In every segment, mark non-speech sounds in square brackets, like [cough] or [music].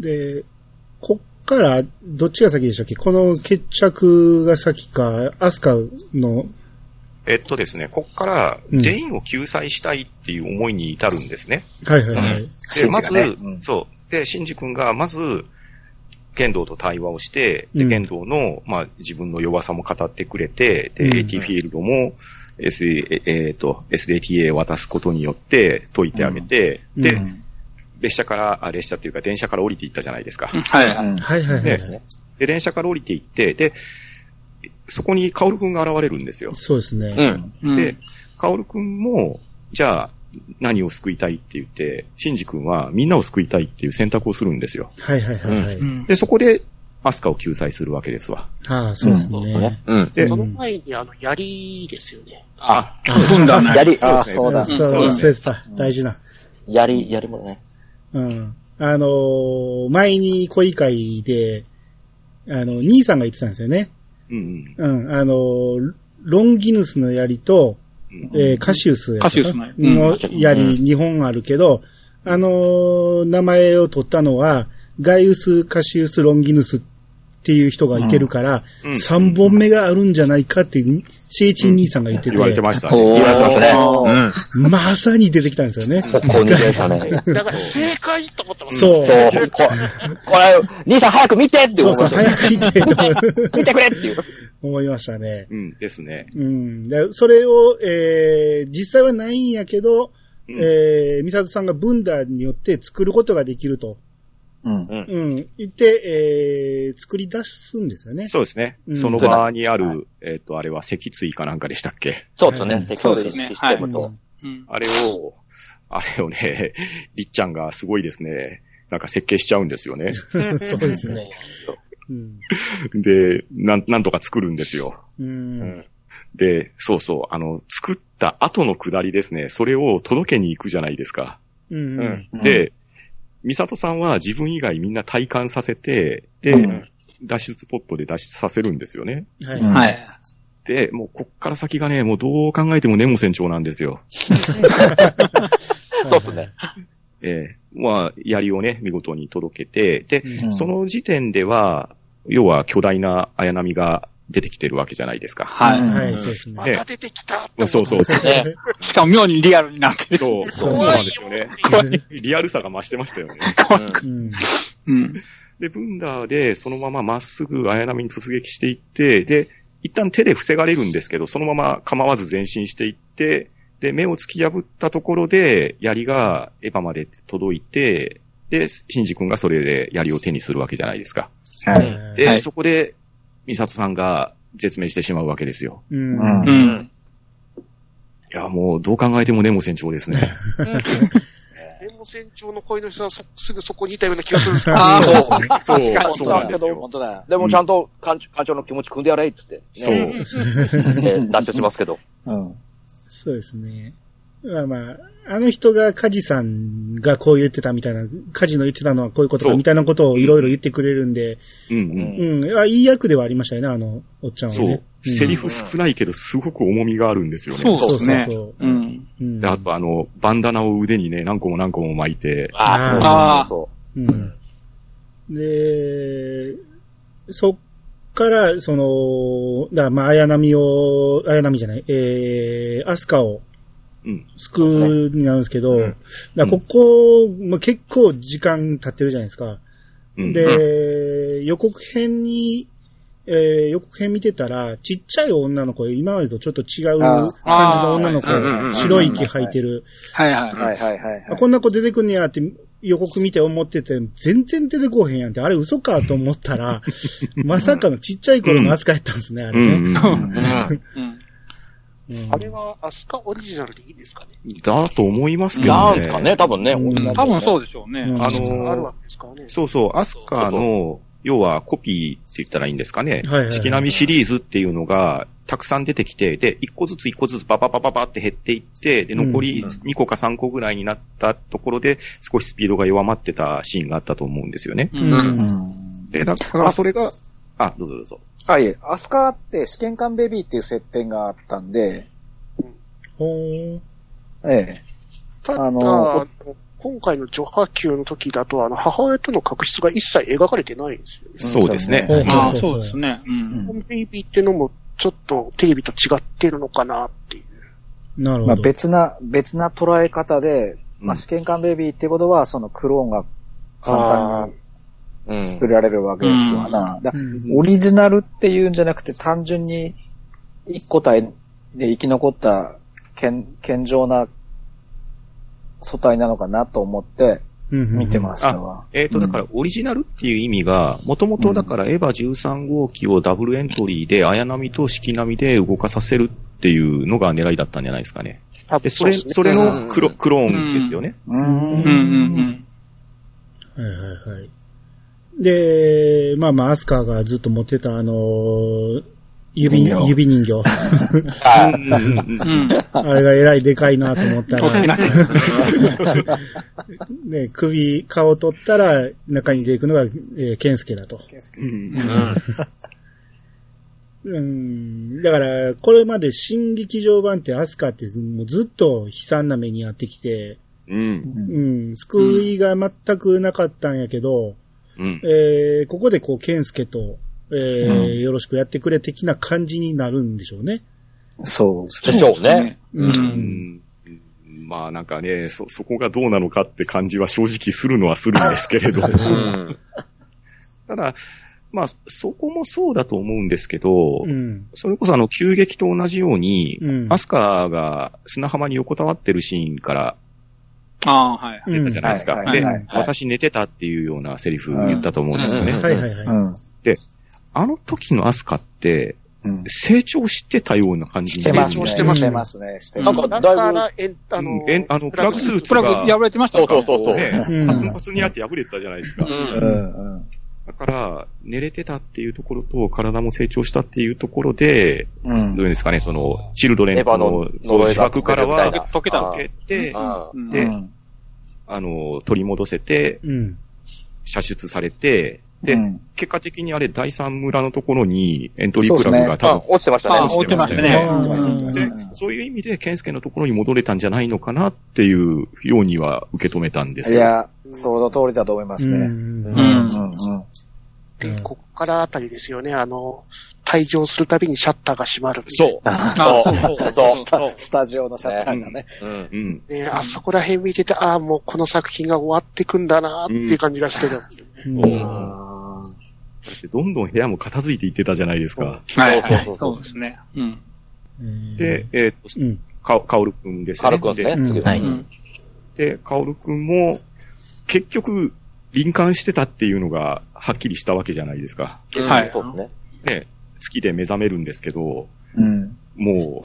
で、こっから、どっちが先でしたっけこの決着が先か、アスカの、えっとですね、こっから、うん全員を救済したいっていう思いに至るんですね。はいはいはい。で、シンまジず、がねうんそう。で、シンジ君が、まず、剣道と対話をして、で、うん剣道の、まあ、自分の弱さも語ってくれて、で、うん AT フィールドも、S、ええーと、SDTA を渡すことによって解いてあげて、うんで、うん列車から、あ、列車っていうか電車から降りていったじゃないですか。はいはい。はいはいはいはい。ねで、電車から降りていって、で、そこにカオル君が現れるんですよ。そうですね。うん。うんで、、カオルくんも、じゃあ、何を救いたいって言って、シンジ君はみんなを救いたいっていう選択をするんですよ。はいはいはいはい。うん。で、そこで、アスカを救済するわけですわ。ああ、そうですそうね。うん。うでん、その前に、あの、槍ですよね。あ、組んだね。やり、ああ、そそううあだ。そう、そうだね忘れてた。大事な。やり、やりもね。うん。あのー前に恋会で、あの、兄さんが言ってたんですよね。うんうん。うん。あのーロンギヌスの槍と、うんえーカシウスやったかカシウスのうんの槍2本あるけど、あのー名前を取ったのは、ガイウス、カシウス、ロンギヌスっていう人がいてるから、うんうん3本目があるんじゃないかって、シエチン兄さんが言ってて、言われてましたね。おー言われてうん。まさに出てきたんですよね。ここに出たね。うと、んそこうこれ、そこう正解と思ったもんねそう。れ、兄さん早く見てってそ思ういそう、ましたよ早く見てと見てくれっていう。思いましたね。うんですね。うん。で、それを、えー、実際はないんやけど、うんえー、ミサトさんがブンダーによって作ることができると、うん。うん、言って、えー、作り出すんですよね。そうですねう。んその場にある、えっと、あれは脊椎かなんかでしたっけそうですね、うんテクノロそうジでーすねシステムうとん。うん。あれを、あれをね、りっちゃんがすごいですね。なんか設計しちゃうんですよね。そうですね。うん。で、なん、なんとか作るんですよ。うん。で、そうそう、あの、作った後の下りですね、それを届けに行くじゃないですか。うん。うん。で、ミサトさんは自分以外みんな体感させて、で、うん脱出ポットで脱出させるんですよね。はい。うんはい。で、もうこっから先がね、もうどう考えてもネモ船長なんですよ。そうですね。ええまあ、槍をね、見事に届けて、で、うんその時点では、要は巨大な綾波が出てきてるわけじゃないですか。はうんはい、そうですまね。た出てきたって思ったそうそうそう。ね。い。しかも妙にリアルになってる。そう、そうなんですよね。リアルさが増してましたよね。うん。うん。で、ブンダーで、そのまままっすぐ綾波に突撃していって、で、一旦手で防がれるんですけど、そのまま構わず前進していって、で、目を突き破ったところで、槍がエヴァまで届いて、で、シンジ君がそれで槍を手にするわけじゃないですか。はい。で、はいそこで、ミサトさんが絶命してしまうわけですよ。うん。うんうん。いや、もう、どう考えてもネモ船長ですね。天武船長の恋の人はそすぐそこにいたような気がするんですけど。ああ、そう。そうか、にそうなんですよ。本当だよ。でもちゃんと艦長の気持ち組んでやれっつって、ねそう。えー脱出しますけど。うん。そうですね。まあまあ、あの人がカジさんがこう言ってたみたいな、カジの言ってたのはこういうことそかうみたいなことをいろいろ言ってくれるんで、うんうん。うん。あいい役ではありましたよね、あの、おっちゃんはそね。う。んセリフ少ないけど、すごく重みがあるんですよね。そうそうですねそうそううん。うんで、あとあの、バンダナを腕にね、何個も何個も巻いて、あーそうん。で、そっから、その、だまあ、綾波を、綾波じゃない、えー、アスカをうん。救うになるんですけど、うんだここ、まあ、結構時間経ってるじゃないですか。うん、で、予告編に、えー、予告編見てたら、ちっちゃい女の子、今までとちょっと違う感じの女の子あーうんうんう、ん白い息吐いてる。はいははいはいはいあ。こんな子出てくんねやって予告見て思ってて、全然出てこうへんやんって、あれ嘘かと思ったら、まさかのちっちゃい頃の扱いやったんですね、あうれね。ん、うん。い。うん。うんあれは、アスカオリジナルでいいですかね。だと思いますうけどんなね。んかね、多分ね、うん女の子ね多分そうでしょうね。うんああるの、わけですからね。そうそう、アスカの、要はコピーって言ったらいいんですかね。はいはいはい四季並みシリーズっていうのが、たくさん出てきて、で、一個ずつ一個ずつバババババって減っていって、で、残り2個か3個ぐらいになったところで、少しスピードが弱まってたシーンがあったと思うんですよね。う。うんんで、だからそれが、あ、どうぞどうぞ。はい。アスカって試験管ベビーっていう設定があったんで、ほーええ。ただ、ああのの、今回の女波級の時だと、あの、母親との確執が一切描かれてないんですよね。そうですね。そうですねああ、そうですね。うん。ホームベイビーってのも、ちょっとテレビと違ってるのかなっていう。なるほまあ、ど。別な、別な捉え方で、まあ、試験管ベビーってことは、そのクローンが簡単にうん作られるわけですわな。だうんオリジナルっていうんじゃなくて、単純に一個体で生き残った健健常な素体なのかなと思って見てましたわ。えっ、と、だから、オリジナルっていう意味が、もともとだから、エヴァ13号機をダブルエントリーで、綾波と四季波で動かさせるっていうのが狙いだったんじゃないですかね。あで、それ、うですねそれのクロうんクローンですよね。ううんんうんうん。はいはいはい。で、まあまあ、アスカがずっと持ってた、あのー指、人形指人 [laughs] 形。うんうんうんうん。あれがえらいでかいなと思った [laughs] 取ってら、ない。ね、首、顔取ったら中に出てくのが、えー、ケンスケだと。うんうん。だから、これまで新劇場版ってアスカってずもうずっと悲惨な目にあってきて、うん。うん、救いが全くなかったんやけど、うん。えーここでこう、ケンスケと、えーよろしくやってくれ的な感じになるんでしょうね。そうですでしょうね。う。うんんまあなんかね、そ、そこがどうなのかって感じは正直するのはするんですけれど。うん。ただ、まあ、そこもそうだと思うんですけど、うん。それこそあの、急激と同じように、うん。アスカが砂浜に横たわってるシーンからああ、はい。うん出たじゃないですか。はいはいで、はい私寝てたっていうようなセリフ言ったと思うんですよね。うんはいはいはうん。あの時のアスカって、うん。成長してたような感じしにてますね。成長ししてますしてますね。してななんんかか、だないんから、ぶえん、あのうんえんあのプラグスーツプラグ破れてましたそうかそうそうそう。ね、うんパツンパツンにあって破れてたじゃないですか。うんうんうん。だから、寝れてたっていうところと、体も成長したっていうところで、うどういうんん。ですかね、その、チルドレンエヴのァのその呪い自が爆からは解けたみたいな解けた解けて、ううんであの、取り戻せて、い。うん。射出されて、で、うん結果的にあれ、第三村のところにエントリークラブが多あ分、落ちてましたね。ああ、落ちてましたね。あーでうそんういう意味で、ケンスケのところに戻れたんじゃないのかなっていうようには受け止めたんでいすよ。や、その通りだと思いますね。うんうんうんで、ここからあたりですよね、あの、退場するたびにシャッターが閉まる。そう。あそう。そうスタスタジオのシャッターがね。そう。うん。うん。ね、あそこら辺見てて、ああ、もうこの作品が終わってくんだなっていう感じがしてたんですよね。うんうんあーだってどんどん部屋も片付いていってたじゃないですか。はいそうはそい。うそそううですね。うん。で、、えっ、うんうん。と、か、かおるくんですよ軽ね。くですうんね。次はうい。うんで、カオルくんも、結局、臨感してたっていうのが、はっきりしたわけじゃないですか。はいそうですね。ね、月で目覚めるんですけど、うん。も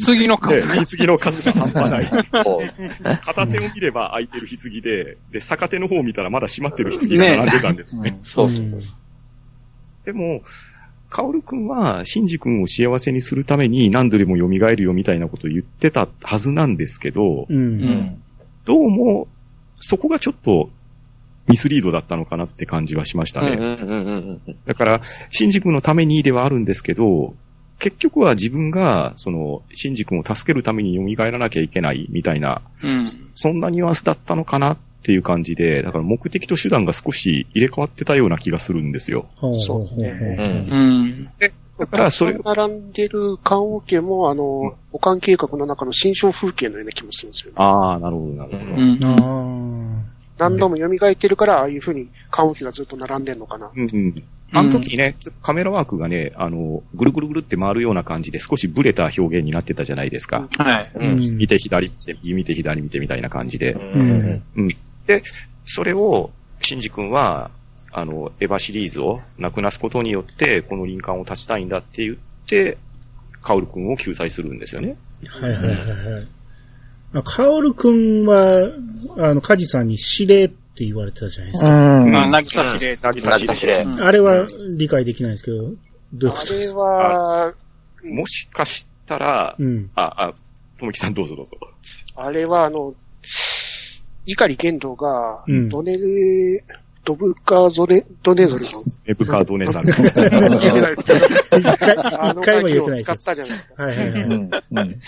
棺のう、 [laughs] ね、数棺が。の数が半端ない。そう片手を見れば空いてる棺で、で、逆手の方を見たらまだ閉まってる棺が並んでたんですね。そうそう。でも、カオルくんは、シンジくんを幸せにするために何度でも蘇るよみたいなことを言ってたはずなんですけど、うん。うん。うんどうも、そこがちょっと、ミスリードだったのかなって感じはしましたうんね。うんうんうんうん。だから、シンジ君のためにではあるんですけど、結局は自分が、その、シンジ君を助けるために蘇らなきゃいけないみたいな、うんそんなニュアンスだったのかなっていう感じで、だから目的と手段が少し入れ替わってたような気がするんですよ。ほうほうほうほう。ううんん。だからそ [laughs] れ並んでる棺桶も、あの、保管計画の中の新章風景のような気もするんですよね。ああ、なるほど、なるほど。うん。あ何度も蘇ってるから、ああいう風に棺桶がずっと並んでんのかな。うんうん。あの時ね、ちょっとカメラワークがね、あの、ぐるぐるぐるって回るような感じで少しブレた表現になってたじゃないですか。はい。あ。うん。見て左見て、右見て左見てみたいな感じで。ううんん。。それを、シンジ君は、あの、エヴァシリーズをなくなすことによって、この林間を断ちたいんだって言って、カオル君を救済するんですよね。はいはいはいはい。あカオルくんは、あの、カジさんに指令って言われてたじゃないですか。うんまあ、なぎさしで。なぎさしで。あれは理解できないですけど、どういうこあとれは、もしかしたら、うん。あ、あ、ともきさんどうぞどうぞ。あれは、あの、碇玄道がうん、ドネレ、ドブカゾレ、ドネゾレエブカードネさん。の、聞いてないですけど、一回、あ一の回も楽言っ器てをないで使っすたじゃないですか。よ。はいはいはうい。ん。うん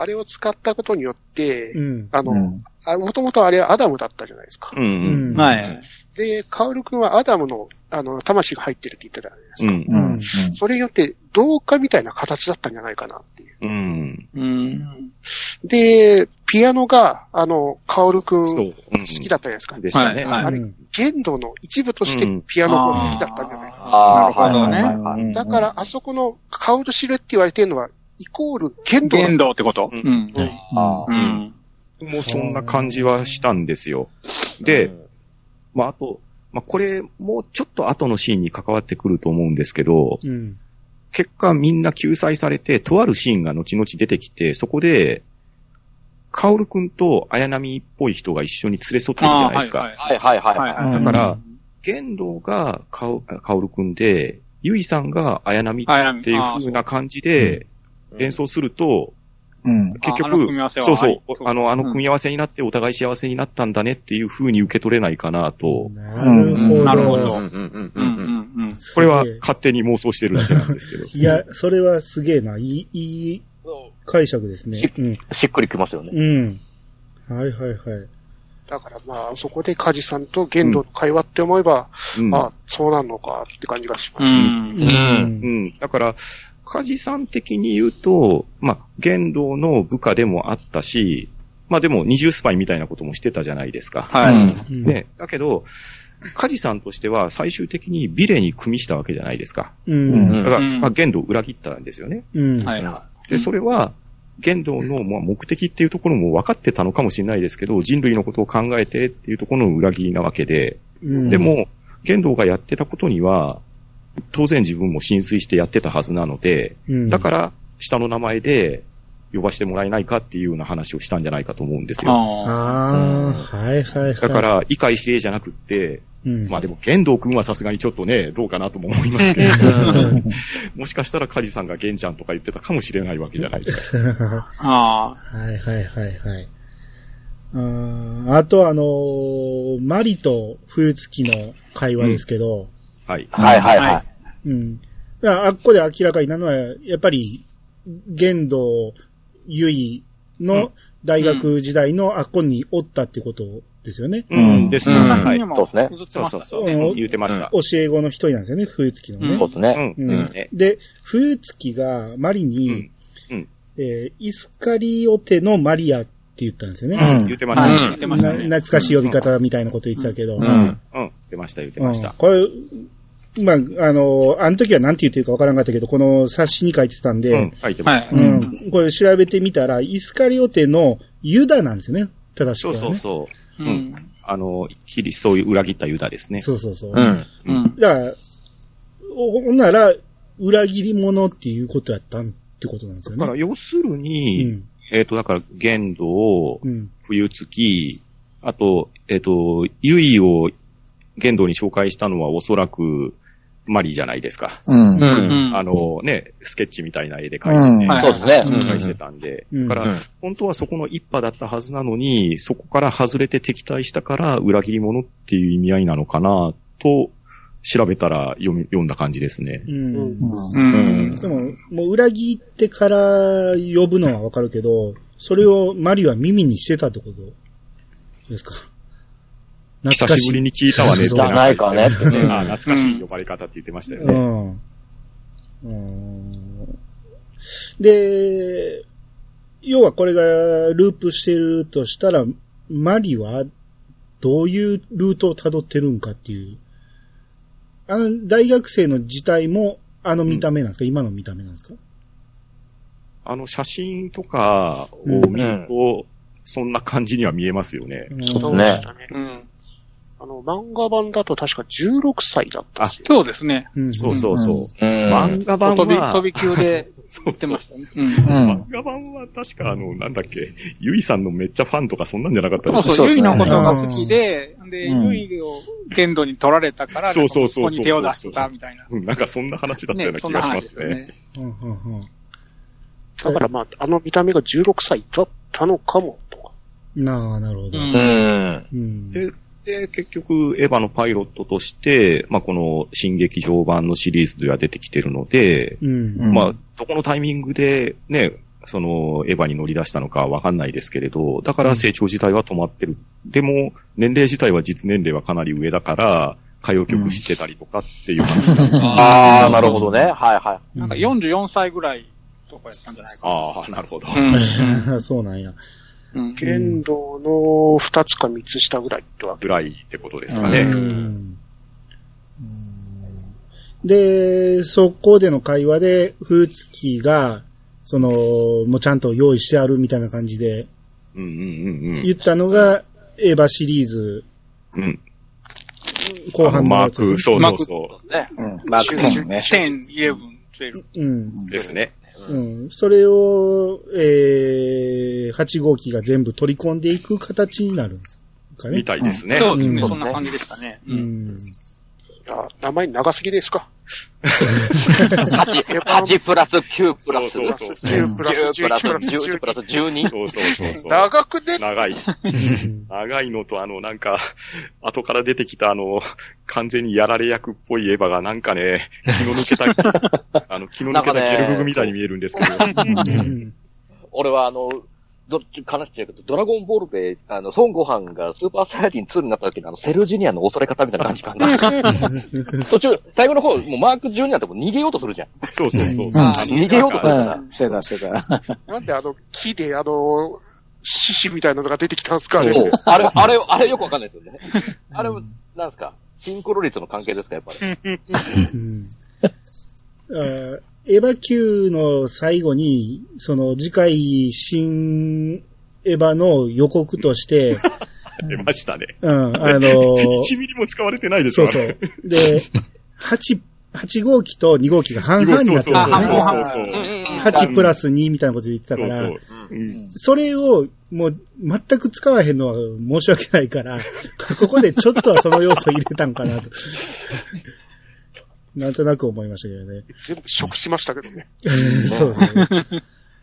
あれを使ったことによって、うん。あの、もともとあれはアダムだったじゃないですか。うい。んうん。はい。で、カオル君はアダムの、あの、魂が入ってるって言ってたじゃないですうか。ん。うんそれによって、同化みたいな形だったんじゃないかなっていう。うん。うん。で、ピアノが、あの、カオル君そう好。好きだったじゃないですか。でしたね。はいあれ、限度の一部としてピアノが好きだったんじゃないか。あーなるほどね。なだから、あそこのカオルシルって言われてるのは、イコール限度言の動ってことうんうん。あうーん。もうそんな感じはしたんですよ。で、まああと、まあこれ、もうちょっと後のシーンに関わってくると思うんですけど、うん。結果みんな救済されて、とあるシーンが後々出てきて、そこで、カオルくんと綾波っぽい人が一緒に連れ添ってるじゃあないあ、ではすいか。はい。はいはいはい。はいはいうんだから、玄道がカオカオルくんで、ゆいさんが綾波っあやみていうああ風な感じで演奏すると、うん。結ああ局の組み合わせ、はそうそうはい、あの、あの組み合わせになってお互い幸せになったんだねっていう風に受け取れないかなと、なるほど。なるほうんどううんうんうんうんんうん。これはすげえ勝手に妄想してるだけなんですけど。いや、それはすげえな。いい、いい解釈ですね。うん。しっくりきますよね。うん。はいはいはい。だからまあ、そこでカジさんと限度の会話って思えば、うんあ、そうなんのかって感じがしまうす。ん。んうん。だから、カジさん的に言うと、まあ、玄道の部下でもあったし、まあでも二重スパイみたいなこともしてたじゃないですか。はい。うん。ね。だけど、カジさんとしては最終的にビレに組みしたわけじゃないですか。うん。だから、うんまあ、玄道を裏切ったんですよね。うん。はいはで、それは、玄道のまあ目的っていうところも分かってたのかもしれないですけど、人類のことを考えてっていうところの裏切りなわけで、うん、で、も、玄道がやってたことには、当然自分も浸水してやってたはずなので、だからら、下の名前で呼ばしてもらえないかっていうような話をしたんじゃないかと思うんですい。よ。ああ。ああ、はいはいはい。だか、ら、異界指令じゃなくって、うん。まあでも、玄道くんはさすがにちょっとね、どうかなとも思いますけど、 [laughs] もしかしたらカジさんが玄ちゃんとか言ってたかもしれないわけじゃないですか。ああ。 [laughs] はいはいはいはい。うーんあとあのーマリと冬月の会話ですけど、はい。はいはいはい。うん。だからあっこで明らかになるのは、やっぱり、玄道、ゆいの大学時代のあっこにおったってことですよね。ううんん、ですね。うんは作い品。そうもですね映ってそうましそたうね。そう。うん言ってました。教え子の一人なんですよね、冬月のね。うんそうですうね。ん。うんですね。で、冬月がマリに、うんうんえーイスカリオテのマリアって言ったんですよね。言ってました。うん言ってましたねな懐かしい呼び方みたいなこと言ってたけど。うん。うん。出ました、言ってましうたん。これ、まあ、あの、あの時は何て言ってるかわからなかったけど、この冊子に書いてたんうんで、。書いてまはした。うい。ん。これ調べてみたら、イスカリオテのユダなんですよね。正しくそはうね。そうそう。う。うんあの、キリストを裏切ったユダですね。そうそうそう。うん。うん。だから、おほんなら、裏切り者っていうことやったんってことなんですよだね。から、要するうに、ん。えっと、だから、玄道、うん。冬月、あと、えっと、ゆいを玄道に紹介したのはおそらく、マリーじゃないですか。うん。うんあのね、スケッチみたいな絵で描いてうんね、そうです紹ね。介してたんで。うんだからうん、本当はそこの一派だったはずなのに、そこから外れて敵対したから裏切り者っていう意味合いなのかなと、調べたら読み読んだ感じですね。うん。うんうん。でも、もう裏切ってから呼ぶのはわかるけど、それをマリは耳にしてたってことですか。久懐かしぶりに聞いたわねっそうてじそうゃないかねってね。あ懐かしい呼ばれ方って言ってましたようね。ん。うんで、要はこれがループしてるとしたら、マリはどういうルートを辿ってるんかっていう。あの、大学生の自体もあの見た目なんですか、今の見た目なんですかあの写真とかを見ると、そんな感じには見えますよね。そうでしたね。うん。あの、漫画版だと確か16歳だったんですよ。そうですね。うんそうそうそう。うん。漫画版飛び、飛は、び級でそう言っそてうましたね。うん。うん。漫画版は確かあの、なんだっけ、ゆいさんのめっちゃファンとかそんなんじゃなかったそうですそう、ゆそうですいねのことが好きで、で、ゆいを限度に取られたから、そうそうそうここに手を出したみたいな。うんなんかそんな話だったような気がしますね。。うんうんうんだからまあ、あの見た目が16歳だったのかも、とか。なあ、なるほど。うん。うん。でで、結局、エヴァのパイロットとして、まあ、この、新劇場版のシリーズでは出てきてるので、うん。うんまあ、どこのタイミングで、ね、その、エヴァに乗り出したのかわかんないですけれど、だから成長自体は止まってる。でも、年齢自体は実年齢はかなり上だから、歌謡曲知ってたりとかっていう話なんで、ああ、なるほどね。はいはなんか44歳ぐらいとかやったんじゃないかああ、なるほど。うん。 [laughs] そうなんや。な。うん。剣道の二つか三つ下ぐらいってわけ。ぐらいってことですかうね。んで、そこでの会話で、フーツキーが、その、もうちゃんと用意してあるみたいな感じでうんうんうんうん言ったのが、エヴァシリーズうん。後あの半のマやーつですねク、そうそうそうん。マークセンね。 10、11、12。うん。う。ですね。うん。それを、えー、8号機が全部取り込んでいく形になるんですかねみ。たいですね。そううでんすね、そんな感じでしたね。う。ん。あ名前長すぎですか8、8プラス9プラスそうそうそう10プラス10プラス11プラス10プラス12。 12。そうそうそう [laughs] そう。長くね長い。長いのと、あの、なんか、後から出てきた、あの、完全にやられ役っぽいエヴァが、なんかね、気の抜けた、あの、気の抜けたゲルググみたいに見えるんですけど、うん俺はあの、どっち、悲しいけど、ドラゴンボールで、あの、孫悟飯がスーパーサイヤ人2になった時のあの、セルジュニアの恐れ方みたいな感じ [laughs] 感が。途中、最後の方、もうマークジュニアってもう逃げようとするじゃん。そうそうそう。うんあの逃げなようとんかかうん。してたしてた。なんであの、木であの、獅子みたいなのが出てきたんですかあれそう。あれ、あれ、あれよくわかんないですよね。あれ、なんですかシンクロ率の関係ですか、やっぱり。うんあーエヴァ級の最後に、その次回新エヴァの予告と [laughs] して、出ましたね。うん、あのー1ミリも使われてないでしそょ、うそう。で、8、8号機と2号機があ半れ々になってそうそうるそね。うそうそうう。 8プラス2みたいなこと言ってたそかうそらう、。うんそれをもう全く使わへんのは申し訳ないから、 [laughs] ここでちょっとはその要素入れたんかなと。なんとなく思いましたけどね。全部食しましたけどね。そうですね。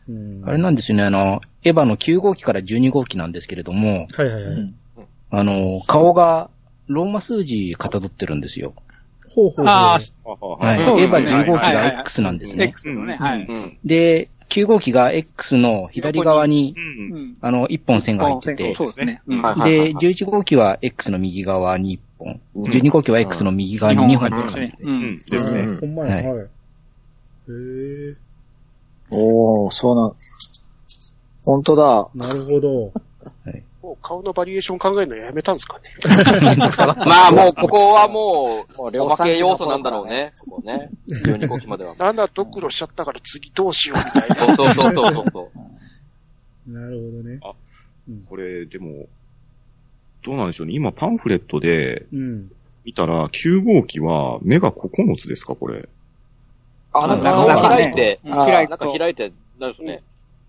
うんあれなんですよね、あの、エヴァの9号機から12号機なんですけれども、はいはいはい。あの、顔がローマ数字かたどってるんですよ。ほうほうほう。はあい。エそうですヴねァ15号機はいはいはがい X なんですね。 X のね、はい。うんで、9号機が X の左側にう、んうん。あの、1本線が入っててそ、うですね。うんはいはいで、はい11号機は X の右側に1本、うん12号機は X の右側に2本入ってる感じで。ううんん。ですね。ほんまや、はいはい。へえ、おー、そうなん。本当だ。なるほど。もう顔のバリエーション考えるのやめたんですかね。まあもう、ここはももうう、おまけ要素なんだろう [laughs] ね。ここね。12号機までは。 7ドクロしちゃったから次どうしようみたい [laughs] な。そうそうそうそうそうそう。なるほどね。これ、でも、どうなんでしょうね。今、パンフレットでうん。見たら、9号機は、目が9つですか、これ。あ、なんかな顔んがか開いて、ね開いてなんか開いて、なんですね。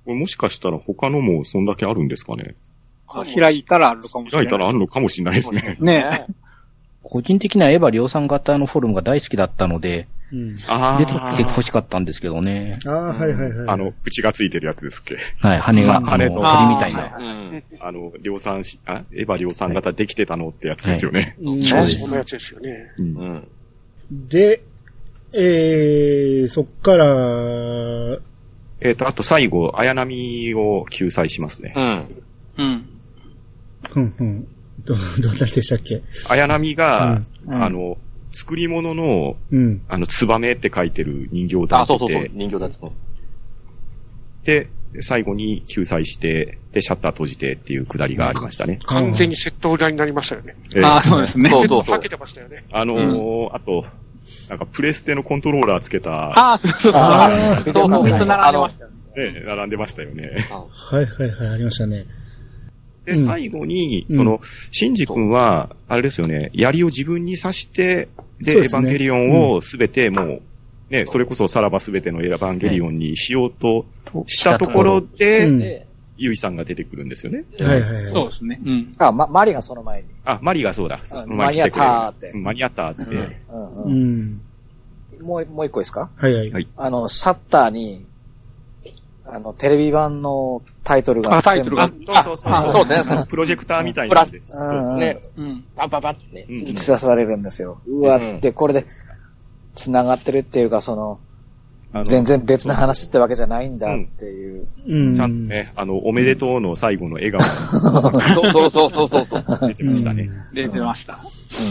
これもしかしたら他のもそんだけあるんですかね。開いたらあるかもしれな開い。いたらあるのかもしれないですね。ね個人的にはエヴァ量産型のフォルムが大好きだったので、うん。あ出てきて欲しかったんですけどね。ああ、はいはいはい。あの、、口がついてるやつですっけ。はい、羽が、あまのあ羽鳥とみたいあーなは。うん。あの、量産し、あ、エヴァ量産型できてたのってやつですよね。うん、そうですそんなやつですよね。うんうん。で、えー、そっから、えっ、と、あと最後、綾波を救済しますね。うん。うん。ふんふん。ど、どんなんでしたっけ綾波が、うんあの、作り物の、うん。あの、ツバメって書いてる人形をあ、そ立うそうそうて。人形だって。て、で、最後に救済して、で、シャッター閉じてっていうくだりがありましたね。完全にセット裏になりましたよね。えーああ、そうですね。そうそうそはうけ。てましたよね。あのーあと、なんかプレステのコントローラーつけた、ああ、そうそうそう。あそうそう別並んでましたよね。ね、並んでましたよね。はいはいはい、ありましたね。うで、ん最後に、うんその、シンジ君は、あれですよね、槍を自分に刺して、で、そうでエヴすァンねゲリオンをすべてもう、ね、それこそさらばすべてのエヴァンゲリオンにしようとしたところうで、ん。で、ユイさんが出てくるんですよね。はいはいはい。そうですね。うん。あ、ま、マリがその前に。あ、マリがそうだ。うんマリ来くれ間に合ったーってうん間に合ったーって。うんううんん。もう、もう一個いいですかはいはい。はいあの、シャッターに、あの、テレビ版のタイトルが。あタイトルがあ、そうそうそう。そうね。あのプロジェクターみたいなんで。そうそううんね、うん。パンパンパンってね。うん打ち出されるんですよ。うわ、うんで、これで、繋がってるっていうか、その、あの全然別な話ってわけじゃないんだっていう。うん。ちゃんとね、あの、おめでとうの最後の笑顔そうそうそうそうそうそう。が出てうん。ましたね。出てました。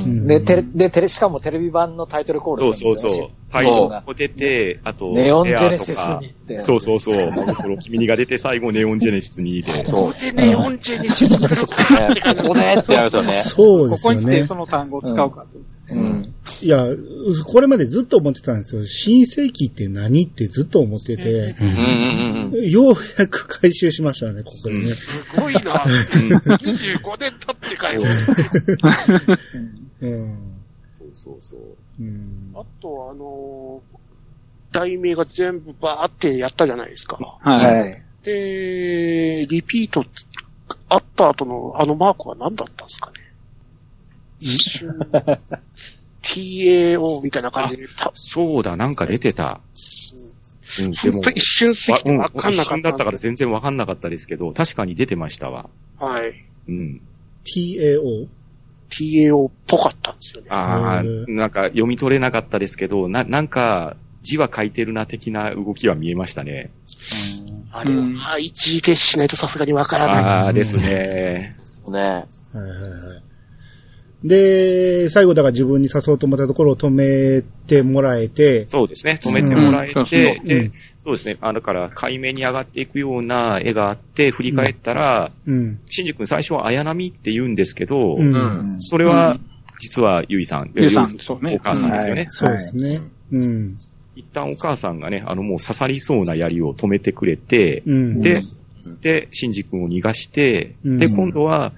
んで、テレ、で、テレ、しかもテレビ版のタイトルコールそうすそるんうですよそうね。。タイトルも出て、あと、ネオンジエアェネとシスかにって。そうそうそう。マグロ君にが出て、最後ネオンジェネシス [laughs] にで。ここでね、40にしてくるかって感じここねってなるんですそうでこすこよに来てねそ。の単語を使うかと。うん。いや、これまでずっと思ってたんですよ。新世紀って何ってずっと思ってて、よね。うんうんうん。ようやく回収しましたね、ここでね。すごいな。25年経ってかよ。うん。そうそうそうう。ん。 [laughs] あと、あのー題名が全部バーってやったじゃないですか。はい。はい。で、リピートあった後のあのマークは何だったんですかね。一瞬、TAO みたいな感じで、たそうだ、なんか出てた。うん、でほんもと、一瞬すぎてわわかんな一か瞬っだた。ったから全然わかんなかったですけど、確かに出てましたわ。はい。うん。 TAO? TAO っぽかったんですよね。ああ、へーなんか読み取れなかったですけど、な、なんか、字は書いてるな的な動きは見えましたね。あれうんは、一時停止しないとさすがにわからない。ああー、ですね。ねはいはいはい。で、最後だから自分に誘おうと思ったところを止めてもらえて、そうですね。止めてもらえうんて、うんで、そうですね。あだから、海面に上がっていくような絵があって、振り返ったら、うん。シンジ君最初は綾波って言うんですけど、うん。うんそれは、実はゆいさん、ゆいさんそうねお母さんですよね。はいそうですね。うん。一旦お母さんがね、あのもう刺さりそうな槍を止めてくれて、うん。で、で、シンジ君を逃がして、うんで、今度は、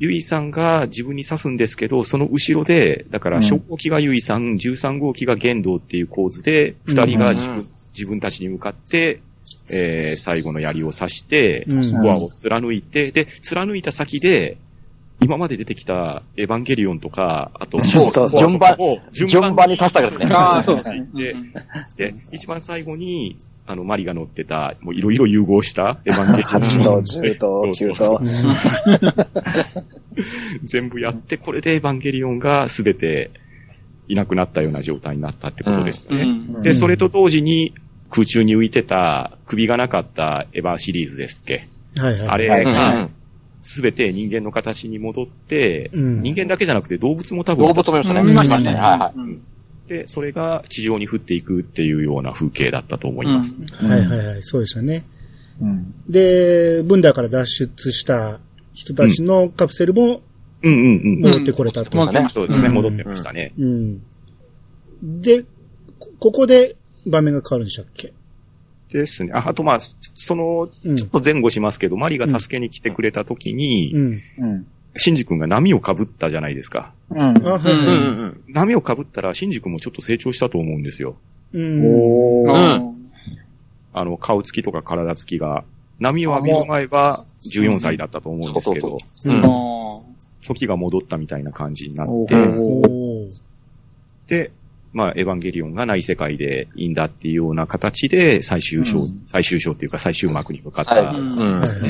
ユイさんが自分に刺すんですけど、その後ろで、だから、うん初号機がユイさん、13号機が玄道っていう構図で、二人が自分,、うん自分たちに向かって、えー、最後の槍を刺して、うんスコアを貫いて、で、貫いた先で、今まで出てきたエヴァンゲリオンとか、あと、そうそうそうシンゴとかをえ。順番に刺したからですね。ああ、そうですね。でで、一番最後に、あの、マリが乗ってた、もういろいろ融合した、エヴァンゲリオン。 8と10と9そうそうとそ。う全部やって、これでエヴァンゲリオンが全ていなくなったような状態になったってことですよね。うんで、それと同時に、空中に浮いてた、首がなかったエヴァシリーズですっけ。はいはい。あれはいが、全て人間の形に戻って、うん人間だけじゃなくて動物も多分、動物も見ましたね。見ましたねはいはうんで、それが地上に降っていくっていうような風景だったと思います。はいはいはい。そうでしたね。うん。で、ブンダーから脱出した人たちのカプセルもうんうんうん。戻ってこれたと。うん戻ってましたそうですね、うん戻ってましたね。うん。で、こここで場面が変わるんでしたっけですね。ああと、まあ、そその、うんちょっと前後しますけど、マリが助けに来てくれた時に、うん。うん。シンジ君が波をかぶったじゃないですか。うんあ、。はいうんうはん波をかぶったら、シンジ君もちょっと成長したと思うんですよ。い。うん。おうー。んあの、顔つきとか体つきが。波を浴びる前は14歳だったと思うんですけそどう、うん。うん。時が戻ったみたいな感じになっうて、んおーで、まあ、エヴァンゲリオンがない世界でいいんだっていうような形で、最終章、うん最終章っていうか最終幕に向かった、はうんうん。はいはい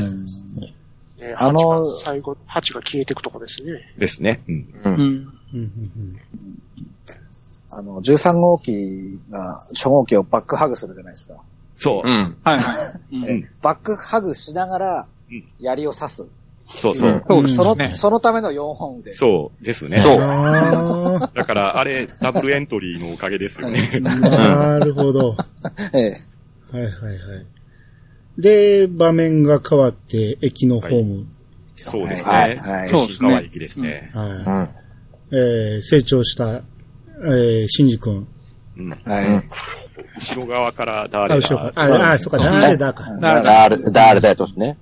ねあの蜂が最後、8が消えてくとこですね。ですね。うん。うんうんうんうんあの、13号機が初号機をバックハグするじゃないですか。そうう、ん。はいはい。うんうんバックハグしながらうん、槍を刺す。そうそう。うんそうですその、ね。そのための4本腕。そうですね。うそん。あだから、あれ、ダブルエントリーのおかげですよね。あ、なるほど。ええ。はいはいはい。で、場面が変わって、駅のホーム。そうですはいね。はいそうですね吉川駅ですね。はい。うん。えー成長した、えー、シンジ君。うんはい。後ろ側からあ、誰後ろだか。あ、あ、そうか、誰だか。うん誰誰、誰だよ、そうですね。はい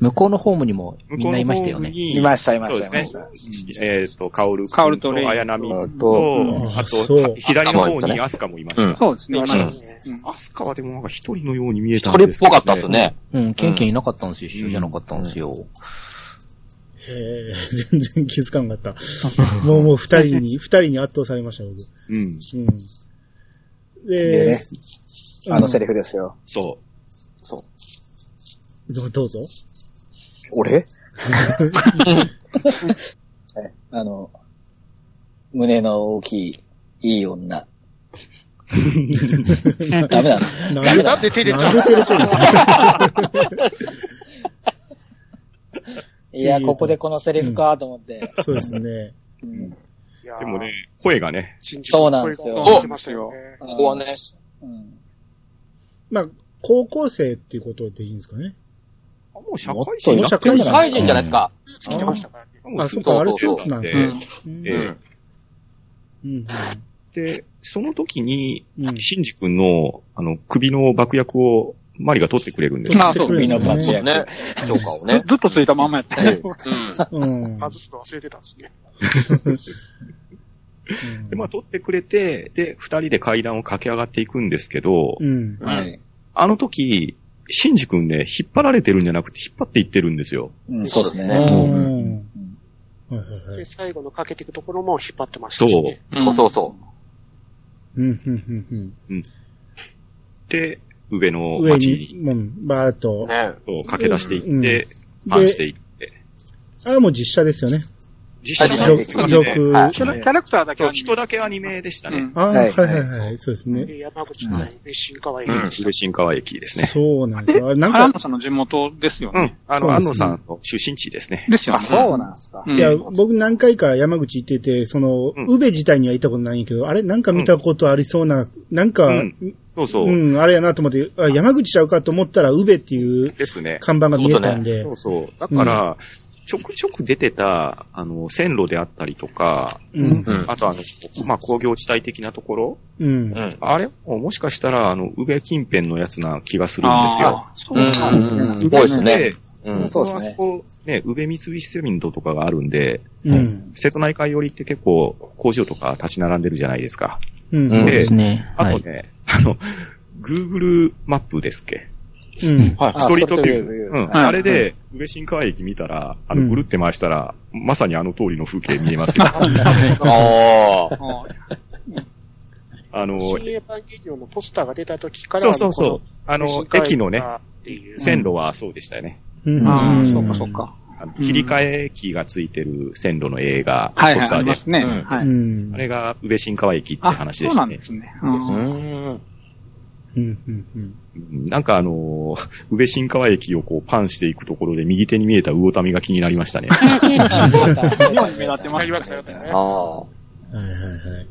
向こうのホームにもみんないましたよね。にいました、いまそうでした、いすまねした。。えっと、カオルカオルとレイアヤナミとと、あそとう、左の方にアスカもいましうんた。そうですね。今のアスカはでもなんか一人のように見えたそんれっですけぽど。かったです。ね。うん、ケンケンいなかったんですよ。一緒じゃなかったんですよ。えー、 [laughs] 全然気づかなかった。もうもう二人に、二人に圧倒されました、僕。うん。うん。ででね、、あのセリフですよ。そどどうぞ。俺あの、胸の大きい、いい女。ダメだな。なんダメで、だって手出ちゃなんう。でテレ東にいや、ここでこのセリフかと思って。そうですね。うんでもね、、声がね、そうなんですよおましたよね。ここはね。うんまあ、高校生っていうことでいいんですかね。あもう社会も人うな社会人社なん会で人じゃないですか。スーツ着てましたからね。あそうかあれスーツなんだでうえすえか。うんん。で、その時に、うん。うん。シンジ君の、あの、首の爆薬を、マリが取ってくれるんです。まあ、そう。首みんのなバッ爆テ薬ね。そうかをね。ずっとついたまんまやったよ。ううん。外すの忘れてたんですね。で、まあ、取ってくれて、で、二人で階段を駆け上がっていくんですけど、うん。ん。はい。あの時、シンジ君ね、引っ張られてるんじゃなくて、引っ張っていってるんですよ。うん、そうですね。あーうんはいはいはで、い。最後のかけていくところも引っ張ってましたしね。そうそうそうん、うん、うん、で、上うのん。上町に、にもう、バーっう。と。ねこう駆け出していって、パンでし、ていって。あれはもう実写ですよね。実写あのね上俗、俗。はあいキャラキャラクターだけそはう、人だけアニメでしたね。あ、ははいいはいはい。そうですね。で山口の熱心可愛いうん嬉しいかわいきですね。そうなんですよ。あれなん原か、野さんの地元ですようね。ん。あそうの、ですね安野さんの出身地ですね。ですよね。あ、そうなんですか。うんいや、僕何回か山口行ってて、その、ん宇部自体には行ったことないんやけど、あれなんか見たことありそうな、なんか、ううんん。そうそう。うん、あれやなと思って、あ山口ちゃうかと思ったら、宇部っていうですね。看板が見えたんでそ、うそう。だから、ちょくちょく出てた、あの、線路であったりとか、うん、うん。あとあの、まあ、工業地帯的なところ、うんう、ん。あれももしかしたら、あの、宇部近辺のやつな気がするんですよ。あうん。うん。そうですね。で、うん。そうですあねそこ、ね、宇部三菱セミントとかがあるんで、うん、瀬戸内海寄りって結構工場とか立ち並んでるじゃないですか。うん、うんでですね。あはとい。ね、あの、Google マップですっけうん、はい。あストリートビュストリー。ーうトビューん。あれで、上新川駅見たら、あうの、んぐるって回したら、まさにあの通りの風景見えますよ。ああ。あ。あの、新エヴァンゲリオンのポスターが出た時から、そうそうそう。ああのの、駅のね、、線路。路はそうでしたよね。うん。あんあ、そうかそう。か。あの切り替え機がついてる線路の映画、はいポはスい、ターありでま。すね。うんはうい。んあ、れが、宇部新川駅ってあ、話そでうしなたんねで。すね。うううんん。ん、うん、うんなんかあのー、宇部新川駅をこうパンしていくところで右手に見えた魚民が気になりましたね。今目立ってま光す惑星だったよね。うん。はいはあいはい。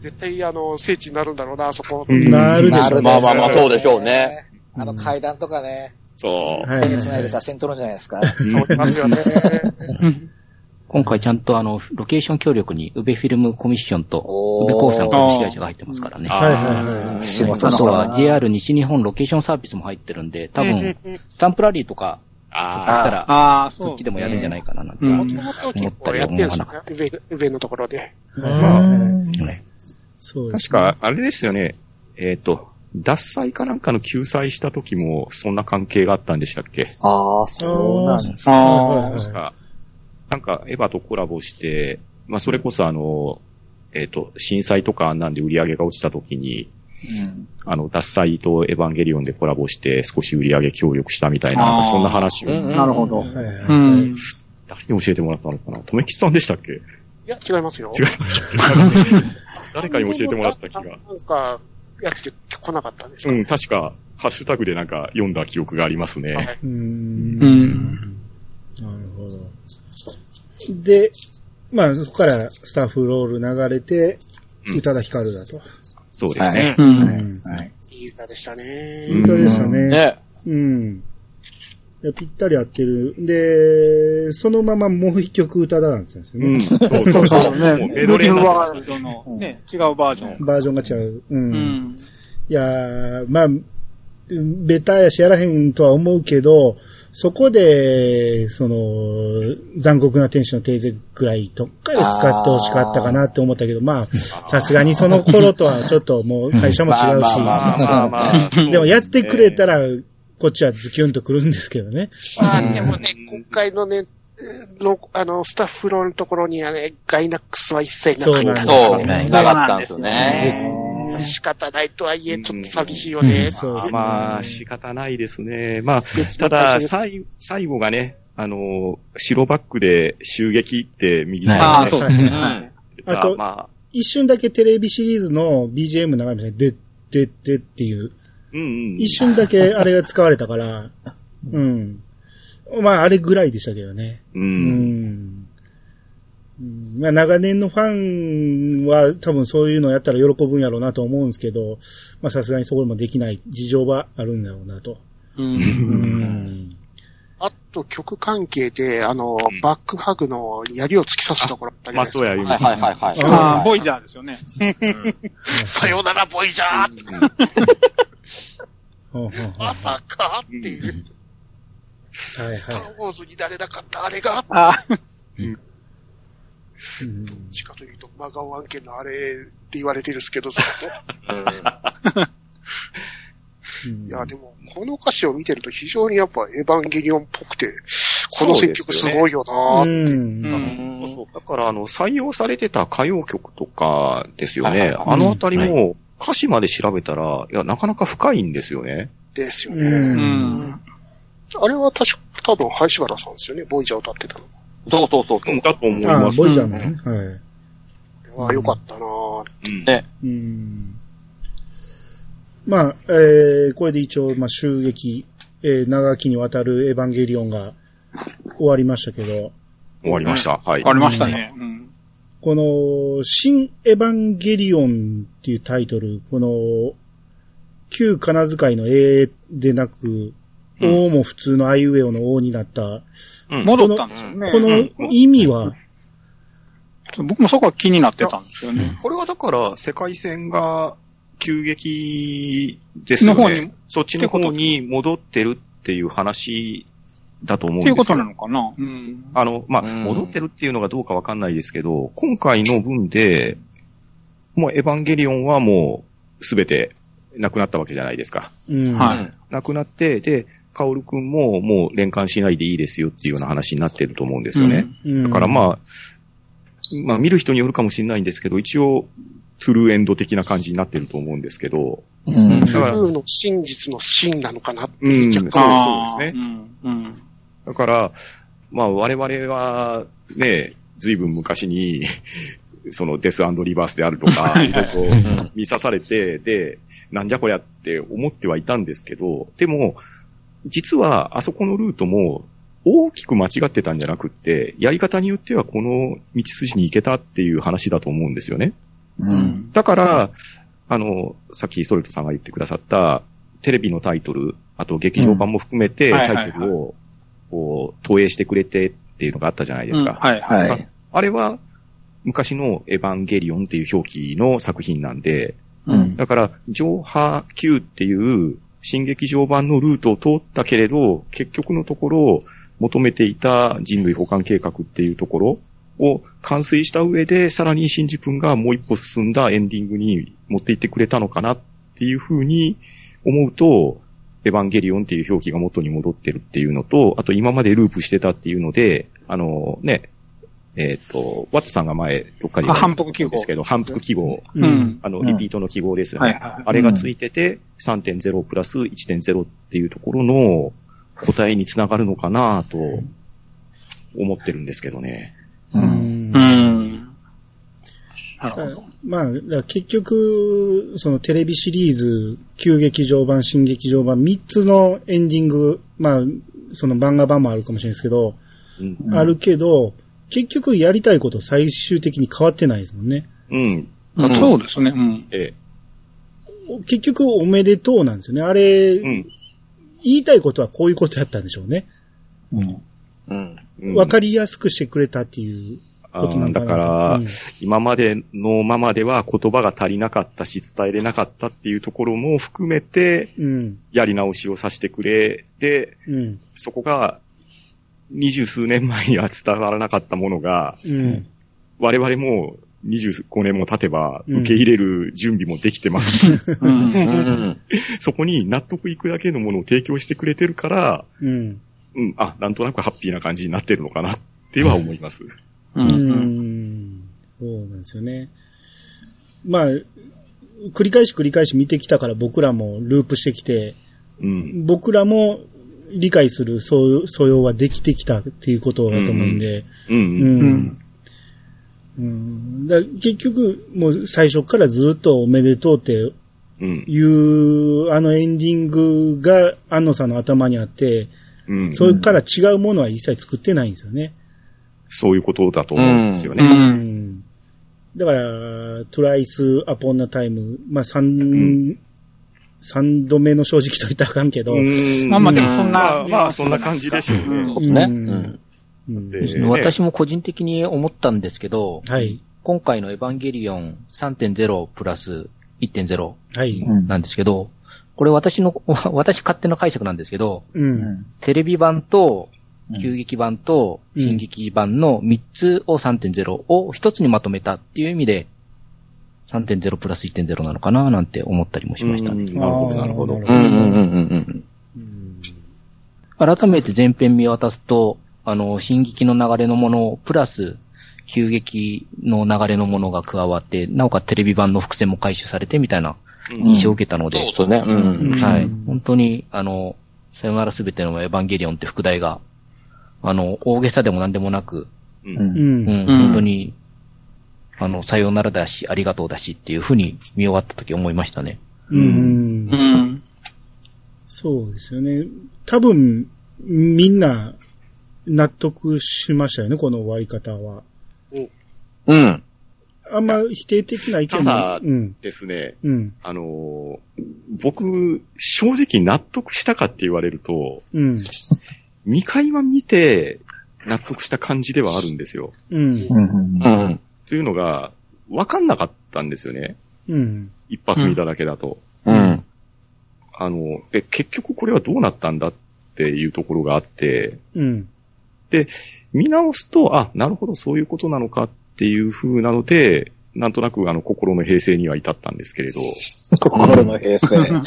絶対、あの、聖地になるんだろうな、あそこ。うんなるでなしょるうでしょうね。ねまあまあまあそうでしょうね。あの階段とかね、そは手いに繋いで写真撮るんじゃないですか。通りますよね。うん今回ちゃんとあの、ロケーション協力に、宇部フィルムコミッションと、おー宇部興産株式会社が入ってますからねう。。はい [laughs] あはいはい。仕あ事とそうだはな JR 西日本ロケーションサービスも入ってるんで、多分、スタンプラリーとかーあ来ー。たら、ああ、そそっうち。でもやるんじゃないかななんて。うもんともと結構やってるんですよね、上、上のところで。はいねそうです確か、あれですよね。えっ、と、脱債かなんかの救済した時も、そんな関係があったんでしたっけああ、そうなんですあはいはいあはい確か、なんか、エヴァとコラボして、まあ、それこそあの、えっ、と、震災とかあんなんで売り上げが落ちた時に、あの、脱災とエヴァンゲリオンでコラボして、少し売り上げ協力したみたいな、なんかそんな話を、あ。なるほど。はいはいー。うはいん。誰に教えてもらったのかなとめきちさんでしたっけいや、違いますよ。違いましたっけ誰かに教えてもらった気が。なんか、やつで来なかったんですかうん、確か、ハッシュタグでなんか読んだ記憶がありますね。はい。うーんうなるん。ほど。で、まあ、そこからスタッフロール流れて、うん宇多田ヒカルだと。そうですね。う。うんんはいいい歌でした本ね。当ですよね。ね。うん。いやぴったり合ってる。で、そのままもう一曲宇多田なんですようねん。。そうそうそう。もうメドレーなバージョンの、ね、違うバージョン。バージョンが違う。うん。うん。いやーまあ、うんベタやしやらへんとは思うけど、そこで、その、残酷な天使のテーゼぐらいとっかで使ってほしかったかなって思ったけど、まあ、さすがにその頃とはちょっともう会社も違うし、まあまあまあまあまあ。 [laughs] でもやってくれたら。ら、こっちはズキュンとくるんですけどね。まあ、でもね、今回のね、の、あの、スタッフローのところにはね、ガイナックスは一切なかったそそう。ねなかったんですよね。うん仕方ないとはいえ、ちょっと寂しいよね。そうですねまあ、仕方ないですね。まあ、別たのだ、会社で最最後がね、あの、白バックで襲撃って右は下にあねあ、そうですね。あとま一瞬だけテレビシリーズの BGM 流れましたね。で、で、でっていう。うんうん。一瞬だけあれが使われたから、うん。まあ、あれぐらいでしたけどね。う。うんん。うんまあ、長年のファンは多分そういうのやったら喜ぶんやろうなと思うんですけど、まあさすがにそこでもできない事情はあるんだろうなと。うん。うん。あと曲関係で、あの、んバックハグの槍を突き刺すところあったりまあ、そうやりはまいす。はいはいはい。ああ、ボイジジャーですよね。さよならボイジャーほうほうほうまさかっていう、はいスターはウォーズになれなかったあれが、ああ、い。うんしかというと、真顔案件のあれって言われてるんですけど、ずっと。いや、でも、この歌詞を見てると非常にやっぱエヴァンゲリオンっぽくて、この選曲すごいよなうーんう。ん。そうそう。だから、あの、採用されてた歌謡曲とかですよね。いあのあたりも、歌詞まで調べたら、いや、なかなか深いんですよね。ですようね。ん。あれは確か、多分、林原さんですよね、ボイジャーを歌ってたの。そうそうそうそう。だと思いあまあ、す。ボイジャーのね。はああ、よかったなーうんい。うん。まあ、えー、これで一応、まあ、襲撃、えー、長きにわたるエヴァンゲリオンが終わりましたけど、終わりました。はい。ありましたね。うん。この、新エヴァンゲリオンっていうタイトル、この、旧仮名遣いの A でなく、うん O も普通のあいうえおの O になった、うん戻ったんですよね。この意味は、僕もそこは気になってたんですよね。これはだから、世界線が急激ですよの方にね。そっちの方に戻ってるっていう話だと思うんっですていよ。うことなのかなうん。あの、まあ、うん戻ってるっていうのがどうかわかんないですけど、今回の分で、もうエヴァンゲリオンはもう、すべて、なくなったわけじゃないですか。うん。はいなくなって、で、カオルくんももう連関しないでいいですよっていうような話になってると思うんですよね。うんだからまあ、まあ見る人によるかもしれないんですけど、一応、トゥルーエンド的な感じになってると思うんですけど、うん。だから、ルうん、ーの真実の真なのかなってそういうそ若う干でああすね。うん。うん。だから、まあ我々は、ね、ずいぶん昔に、 [laughs] そのデスリバースであるとか、いろいろ見さされて、で、なんじゃこりゃって思ってはいたんですけど、でも、実はあそこのルートも大きく間違ってたんじゃなくって、やり方によってはこの道筋に行けたっていう話だと思うんですよね。うん。だから、あの、さっきソルトさんが言ってくださった、テレビのタイトル、あと劇場版も含めて、うんはいはいはタいイトルを、こう、投影してくれてっていうのがあったじゃないですか。はいはい。はい。あれは、昔のエヴァンゲリオンっていう表記の作品なんで、うんだから、上波級っていう新劇場版のルートを通ったけれど、結局のところ、求めていた人類保管計画っていうところを完遂した上で、さらに新自分がもう一歩進んだエンディングに持っていってくれたのかなっていうふうに思うと、エヴァンゲリオンっていう表記が元に戻ってるっていうのと、あと今までループしてたっていうので、あのね、えっ、と、ワットさんが前、どっかで言わあれた反復記号ですけど、反復記号、う。うんん。あの、うんリピートの記号ですよはいね。はあれがついてて、3.0プラス1.0っていうところの答えにつながるのかなと思ってるんですけどね。ううんんい。うん。なるほど。まあ、だから結局、そのテレビシリーズ、旧劇場版、新劇場版、3つのエンディング、まあ、その漫画版もあるかもしれないですけど、うん。あるけど、結局やりたいこと最終的に変わってないですもんね。うん。うんそうですね。うん。ええ。お結局おめでとうなんですよね。あれ、うん言いたいことはこういうことやったんでしょうね。うん。うん。わかりやすくしてくれたっていうことなんだだなかとら、うん今までのままでは言葉が足りなかったし、伝えれなかったっていうところも含めて、うん。やり直しをさせてくれ。で、うん。そこが、二十数年前には伝わらなかったものが、うん。我々も25年も経てばうん受け入れる準備もできてますし、うん。うん。そこに納得いくだけのものを提供してくれてるから、うん。うん、あ、なんとなくハッピーな感じになってるのかなっては思います。う。うんん。そうなんですよね。まあ、繰り返し繰り返し見てきたから僕らもループしてきて、うん。僕らも理解する素素養はできてきたっていうことだと思うんで、うん。うん。うん、だ結局、もう最初からずっとおめでとうってうん。いう、あのエンディングが安野さんの頭にあって、うん。それから違うものは一切作ってないんですよね。そういうことだと思うんですよね。う。ん。だから、トライスアポンナタイム、まあ、三、三度目の正直と言ったらあかんけど、うんまあまあでもそんなまあ、まあそんな感じでしょうね。そうですね。ううんん。うんでね私も個人的に思ったんですけど、はい、今回のエヴァンゲリオン3.0プラス1.0はい。なんですけど、これ私の、 [laughs] 私勝手な解釈なんですけど、うん。テレビ版と、急劇版と、うん新劇版の3つを3.0を1つにまとめたっていう意味で、3.0プラス1.0なのかななんて思ったりもしましたうね。んなるほど、なるほあーど。うんうんうんうんうん改めて前編見渡すと、あの、進撃の流れのもの、プラス、急激の流れのものが加わって、なおかつテレビ版の伏線も回収されてみたいな印象を受けたのうん。そうで、ですね。う。うんんはい。本当に、あの、さよならすべてのエヴァンゲリオンって副題が、あの、大げさでも何でもなく、うんう。うんん、本当に、あの、さよならだし、ありがとうだしっていうふうに見終わった時思いましたね。うんう。ん。そうですよね。多分、みんな、納得しましたよね、この終わり方は。うん。あんま否定的な意見たも。だうん。ですね。うん。あのー僕、正直納得したかって言われると、うん。 2回は見て納得した感じではあるんですよ。うん。うん。というのが、わかんなかったんですよね。うん。一発見ただけだと。うん。あの、え、結局これはどうなったんだっていうところがあって、うん。見直すと、あ、なるほど、そういうことなのかっていう風なので、なんとなくあの、心の平静には至ったんですけれど、心の平成。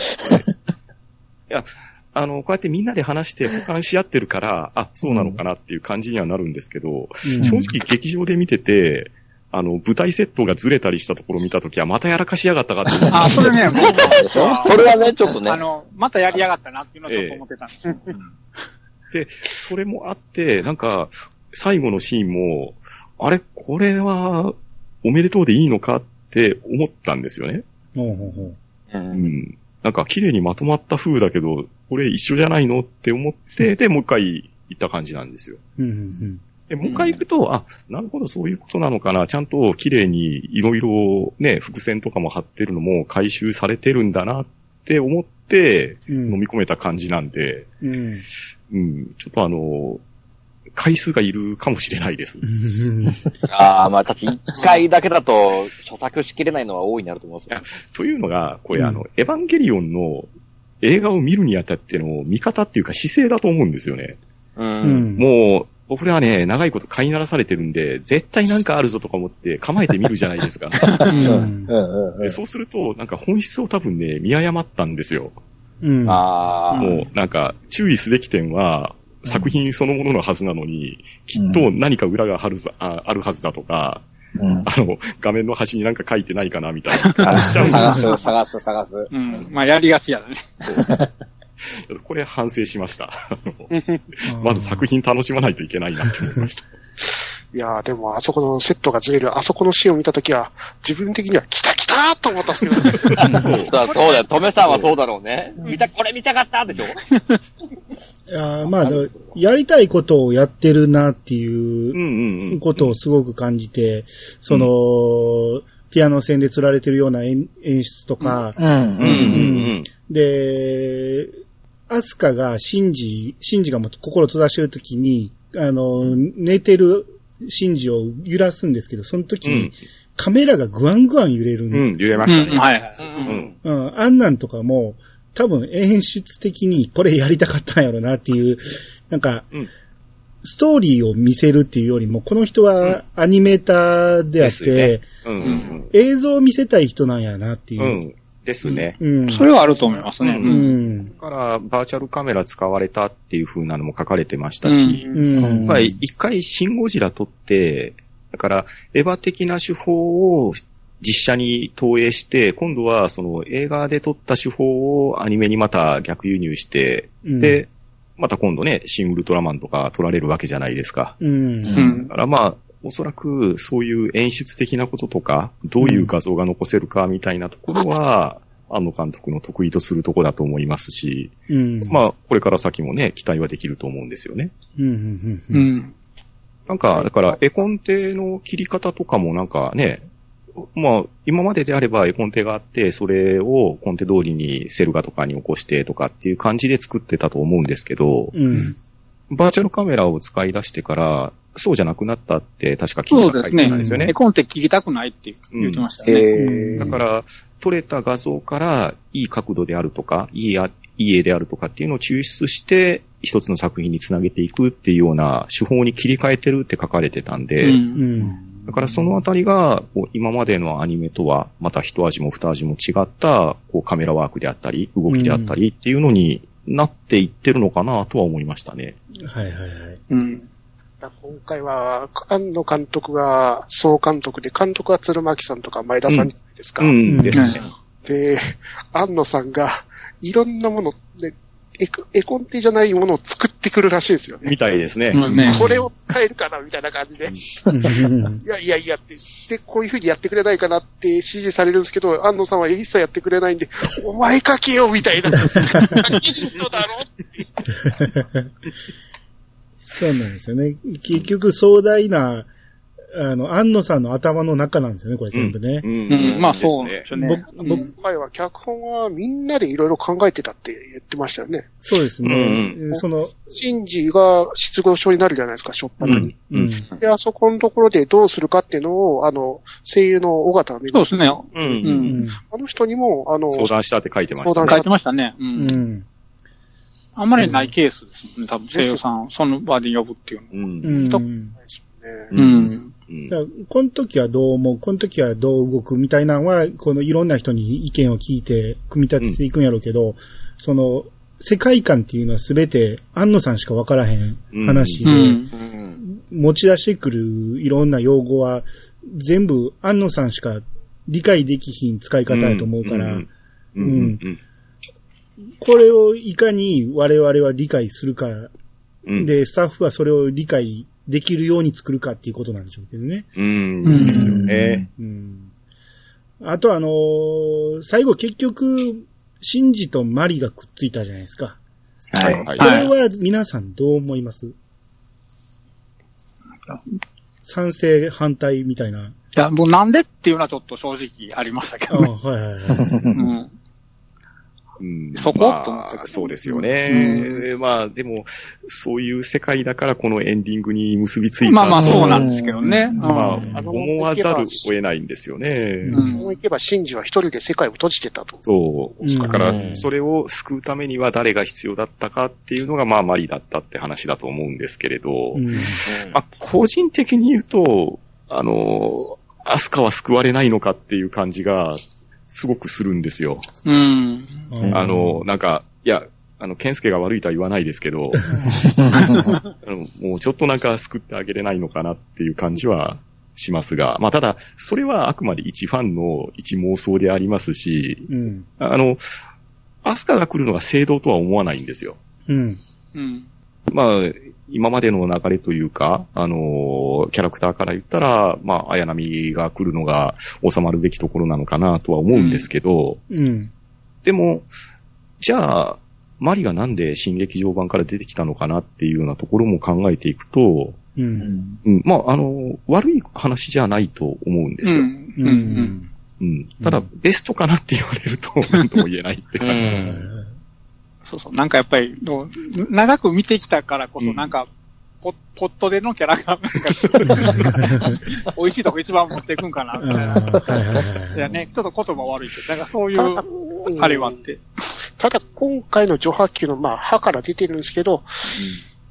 あの、こうやってみんなで話して保管し合ってるから、あ、そうなのかなっていう感じにはなるんですけど、正直劇場で見てて、あの、舞台セットがずれたりしたところを見たときは、またやらかしやがったかって思っ [laughs] てあ、それね、僕もでしょそれはね、ちょっとねあ。の、またやりやがったなっていうのはちょっと思ってたんですよ。それもあって、なんか、最後のシーンも、あれ、これは、おめでとうでいいのかって思ったんですよね。ほうほうほう。ううんん。なんか、綺麗にまとまった風だけど、これ一緒じゃないのって思って、で、もう一回行った感じなんですよ。うん。うん。で、もう一回行くと、あ、なるほど、そういうことなのかな。ちゃんと綺麗にいろいろね、伏線とかも貼ってるのも回収されてるんだなって思って、うん。飲み込めた感じなんで、うん。うん、ちょっとあの、回数がいるかもしれないです。ああ、まあ、確かに一回だけだと、著作しきれないのは大いになると思うんですというのが、これ、うんあの、エヴァンゲリオンの映画を見るにあたっての見方っていうか姿勢だと思うんですよね。よ。う。うんん。もう、僕らはね、長いこと飼いならされてるんで、絶対なんかあるぞとか思って構えて見るじゃな [laughs] いですか。うん。でそうすると、なんか本質を多分ね、見誤ったんですよ。うん。ああ。もう、なんか、注意すべき点は、作品そのもののはずなのに、きっと何か裏があるざああるはずだとか、あの、画面の端になんか書いてないかな、みた [laughs] いな。探す、探す、探す。うん。まあ、やりがちやね。これ反省しました。あのまず作品楽しまないといけないなって思いました。いやーでも、あそこのセットがずれる、あそこのシーンを見たときは、自分的には、来た来たーと思ったんですけど、 [laughs] [laughs] そうだ、そうだよ。トメさんはそうだろうね。見た、これ見たかったでしょあーまあ、だからやりたいことをやってるなっていううんうんうん。ことをすごく感じて、その、ピアノ線で釣られてるような演演出とか、うんうんで、アスカがシンジ、シンジがもう心閉ざしてるときに、あの、寝てるシンジを揺らすんですけど、その時に、うんカメラがグワングワン揺れるんうん。うん、揺れまうしたん。ね。はいはい。う。うんうん、あんなんとかも、多分演出的にこれやりたかったんやろなっていう、なんか、うんストーリーを見せるっていうよりも、この人はアニメーターであっですよて、うんうん映像を見せたい人なんやなっていうん。うう。ん。ですね。うん。それはあると思いますね。う。うんだから、バーチャルカメラ使われたっていう風なのも書かれてましたし、うん。やっぱり一回シンゴジラ撮って、だから、エヴァ的な手法を実写に投影して、今度はその映画で撮った手法をアニメにまた逆輸入して、うん、で、また今度ね、シン・ウルトラマンとか撮られるわけじゃないですか。うん。うんだ。からまあ、おそらくそういう演出的なこととか、どういう画像が残せるかみたいなところは、庵野監督の得意とするとこだと思いますし、うん。まあ、これから先もね、期待はできると思うんですよね。うん、うん、うん。うん。なんか、だから、絵コンテの切り方とかもなんかね、まあ、今までであれば絵コンテがあって、それをコンテ通りにセルガとかに起こしてとかっていう感じで作ってたと思うんですけど、うん。バーチャルカメラを使い出してから、そうじゃなくなったって確か聞そいうた書でいすてねたんですよ。ね絵。コンテ切りたくないって言ってましたね。えだから、撮れた画像からいい角度であるとか、いいあいい絵であるとかっていうのを抽出して、一つの作品につなげていくっていうような手法に切り替えてるって書かれてたんで、うんうん。だからそのあたりが、こう今までのアニメとは、また一味も二味も違った、こうカメラワークであったり、動きであったりっていうのになっていってるのかなとは思いましたね。はいはいはい。 [laughs] うん。今回は、庵野監督が総監督で、監督は鶴巻さんとか前田さんじゃないですか。うん、ですね。で、庵野さんが、いろんなもの、ね、エコエコンテじゃないものを作ってくるらしいですよね。みたいですね。まあね。これを使えるかなみたいな感じで。いやいやいやって、で、こういう風にやってくれないかなって指示されるんですけど、安野さんは一切やってくれないんで、お前書けよみたいな。書ける人だろそうなんですよね。結局壮大な、あの、安野さんの頭の中なんですよね、これ全部ね。うん。まあそうでですよね。僕う僕ん今回は脚本はみんなでいろいろ考えてたって言ってましたよね。そうですね。うその、シンジが失語症になるじゃないですか、しょっぱなに。うん。で、あそこのところでどうするかっていうのを、あの、声優の尾形めぐそうみですね。う。うんうんん。あの人にも、あの、相談したって書いてました相ね。書いてましたね。う。うんん。あんまりないケースですもんね。多分、声優さん、その場で呼ぶっていうの。うんうん。とだですうねんうん。うんからこの時はどう思う、この時はどう動くみたいなのは、このいろんな人に意見を聞いて、組み立てていくんやろうけど、その、世界観っていうのは全て、安野さんしか分からへん話うで、ん。うん。持ち出してくるいろんな用語は、全部、安野さんしか理解できひん使い方やと思うから、うんうん。うんこれをいかに我々は理解するか、うん。で、スタッフはそれを理解できるように作るかっていうことなんでしょうけどね。うん。ですよね。うん。あとあのー最後結局、シンジとマリがくっついたじゃないですか。ははいい。はいこはれは皆さんどう思います賛成、反対みたいな。いや、もうなんでっていうのはちょっと正直ありましたけあどね。はいはいはい。うん。うんそこまあと思ったけどそうですよね。まあ、でも、そういう世界だからこのエンディングに結びついた。まあまあそうなんですけどね。うんまうんあ、思わざるを得ないんですよね。うんもういけば、シンジは一人で世界を閉じてたと。そう。うんだから、それを救うためには誰が必要だったかっていうのが、まあ、マリだったって話だと思うんですけれど、うんまあ、個人的に言うと、あの、アスカは救われないのかっていう感じが、すごくするんですよ。うん。 [laughs] あ、の、なんか、いや、あの、ケンスケが悪いとは言わないですけど、あのもうちょっとなんか救ってあげれないのかなっていう感じはしますが、まあただ、それはあくまで一ファンの一妄想でありますし、うん。あの、アスカが来るのが正道とは思わないんですよ。うん。うん。まあ、今までの流れというか、あのキャラクターから言ったら、まあ、綾波が来るのが収まるべきところなのかなとは思うんですけど、うん。でも、じゃあ、マリがなんで新劇場版から出てきたのかなっていうようなところも考えていくと、うん。うん、まあ、あの、悪い話じゃないと思うんですうよ。ん。うん。ううん。ん。うん。ただ、ベストかなって言われる [laughs] と、なんとも言えないって感じです。そうそう。なんかやっぱり、どう長く見てきたからこうそ、んなんか、ポポットでのキャラが、 [laughs] なんか美味しいとこ一番持っていくんかな、みたいあな。ーはいはいはいいやね、ちょっと言葉悪いけど、なんかそういう、あれはあって。ただ、今回の女波球の、まあ、歯から出てるんですけど、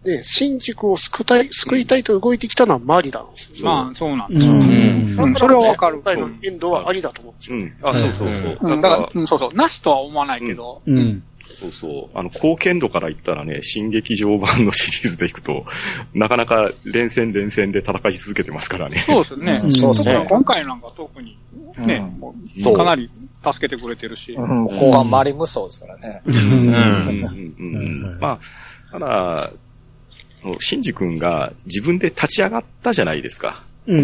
ね、新宿を救いたい、救いたいと動いてきたのはマリだ。まあ、そうなんうだ。ん。うんそれはわかる今。回のエンドはありだと思うんですよ。うん。あ、そうそうそう。うだん、かだからら、、うんそうそう、なしとは思わないけど、うん。そうそう。あの、貢献度から言ったらね、新劇場版のシリーズでいくと、なかなか連戦連戦で戦い続けてますからね。そうですね。うんそうですね特に今回なんか特に、ね、もうそうかなり助けてくれてるし。うん、後半周り無双ですからね。うんうんうんはいはいまあ、ただ、シンジ君が自分で立ち上がったじゃないですか。うん。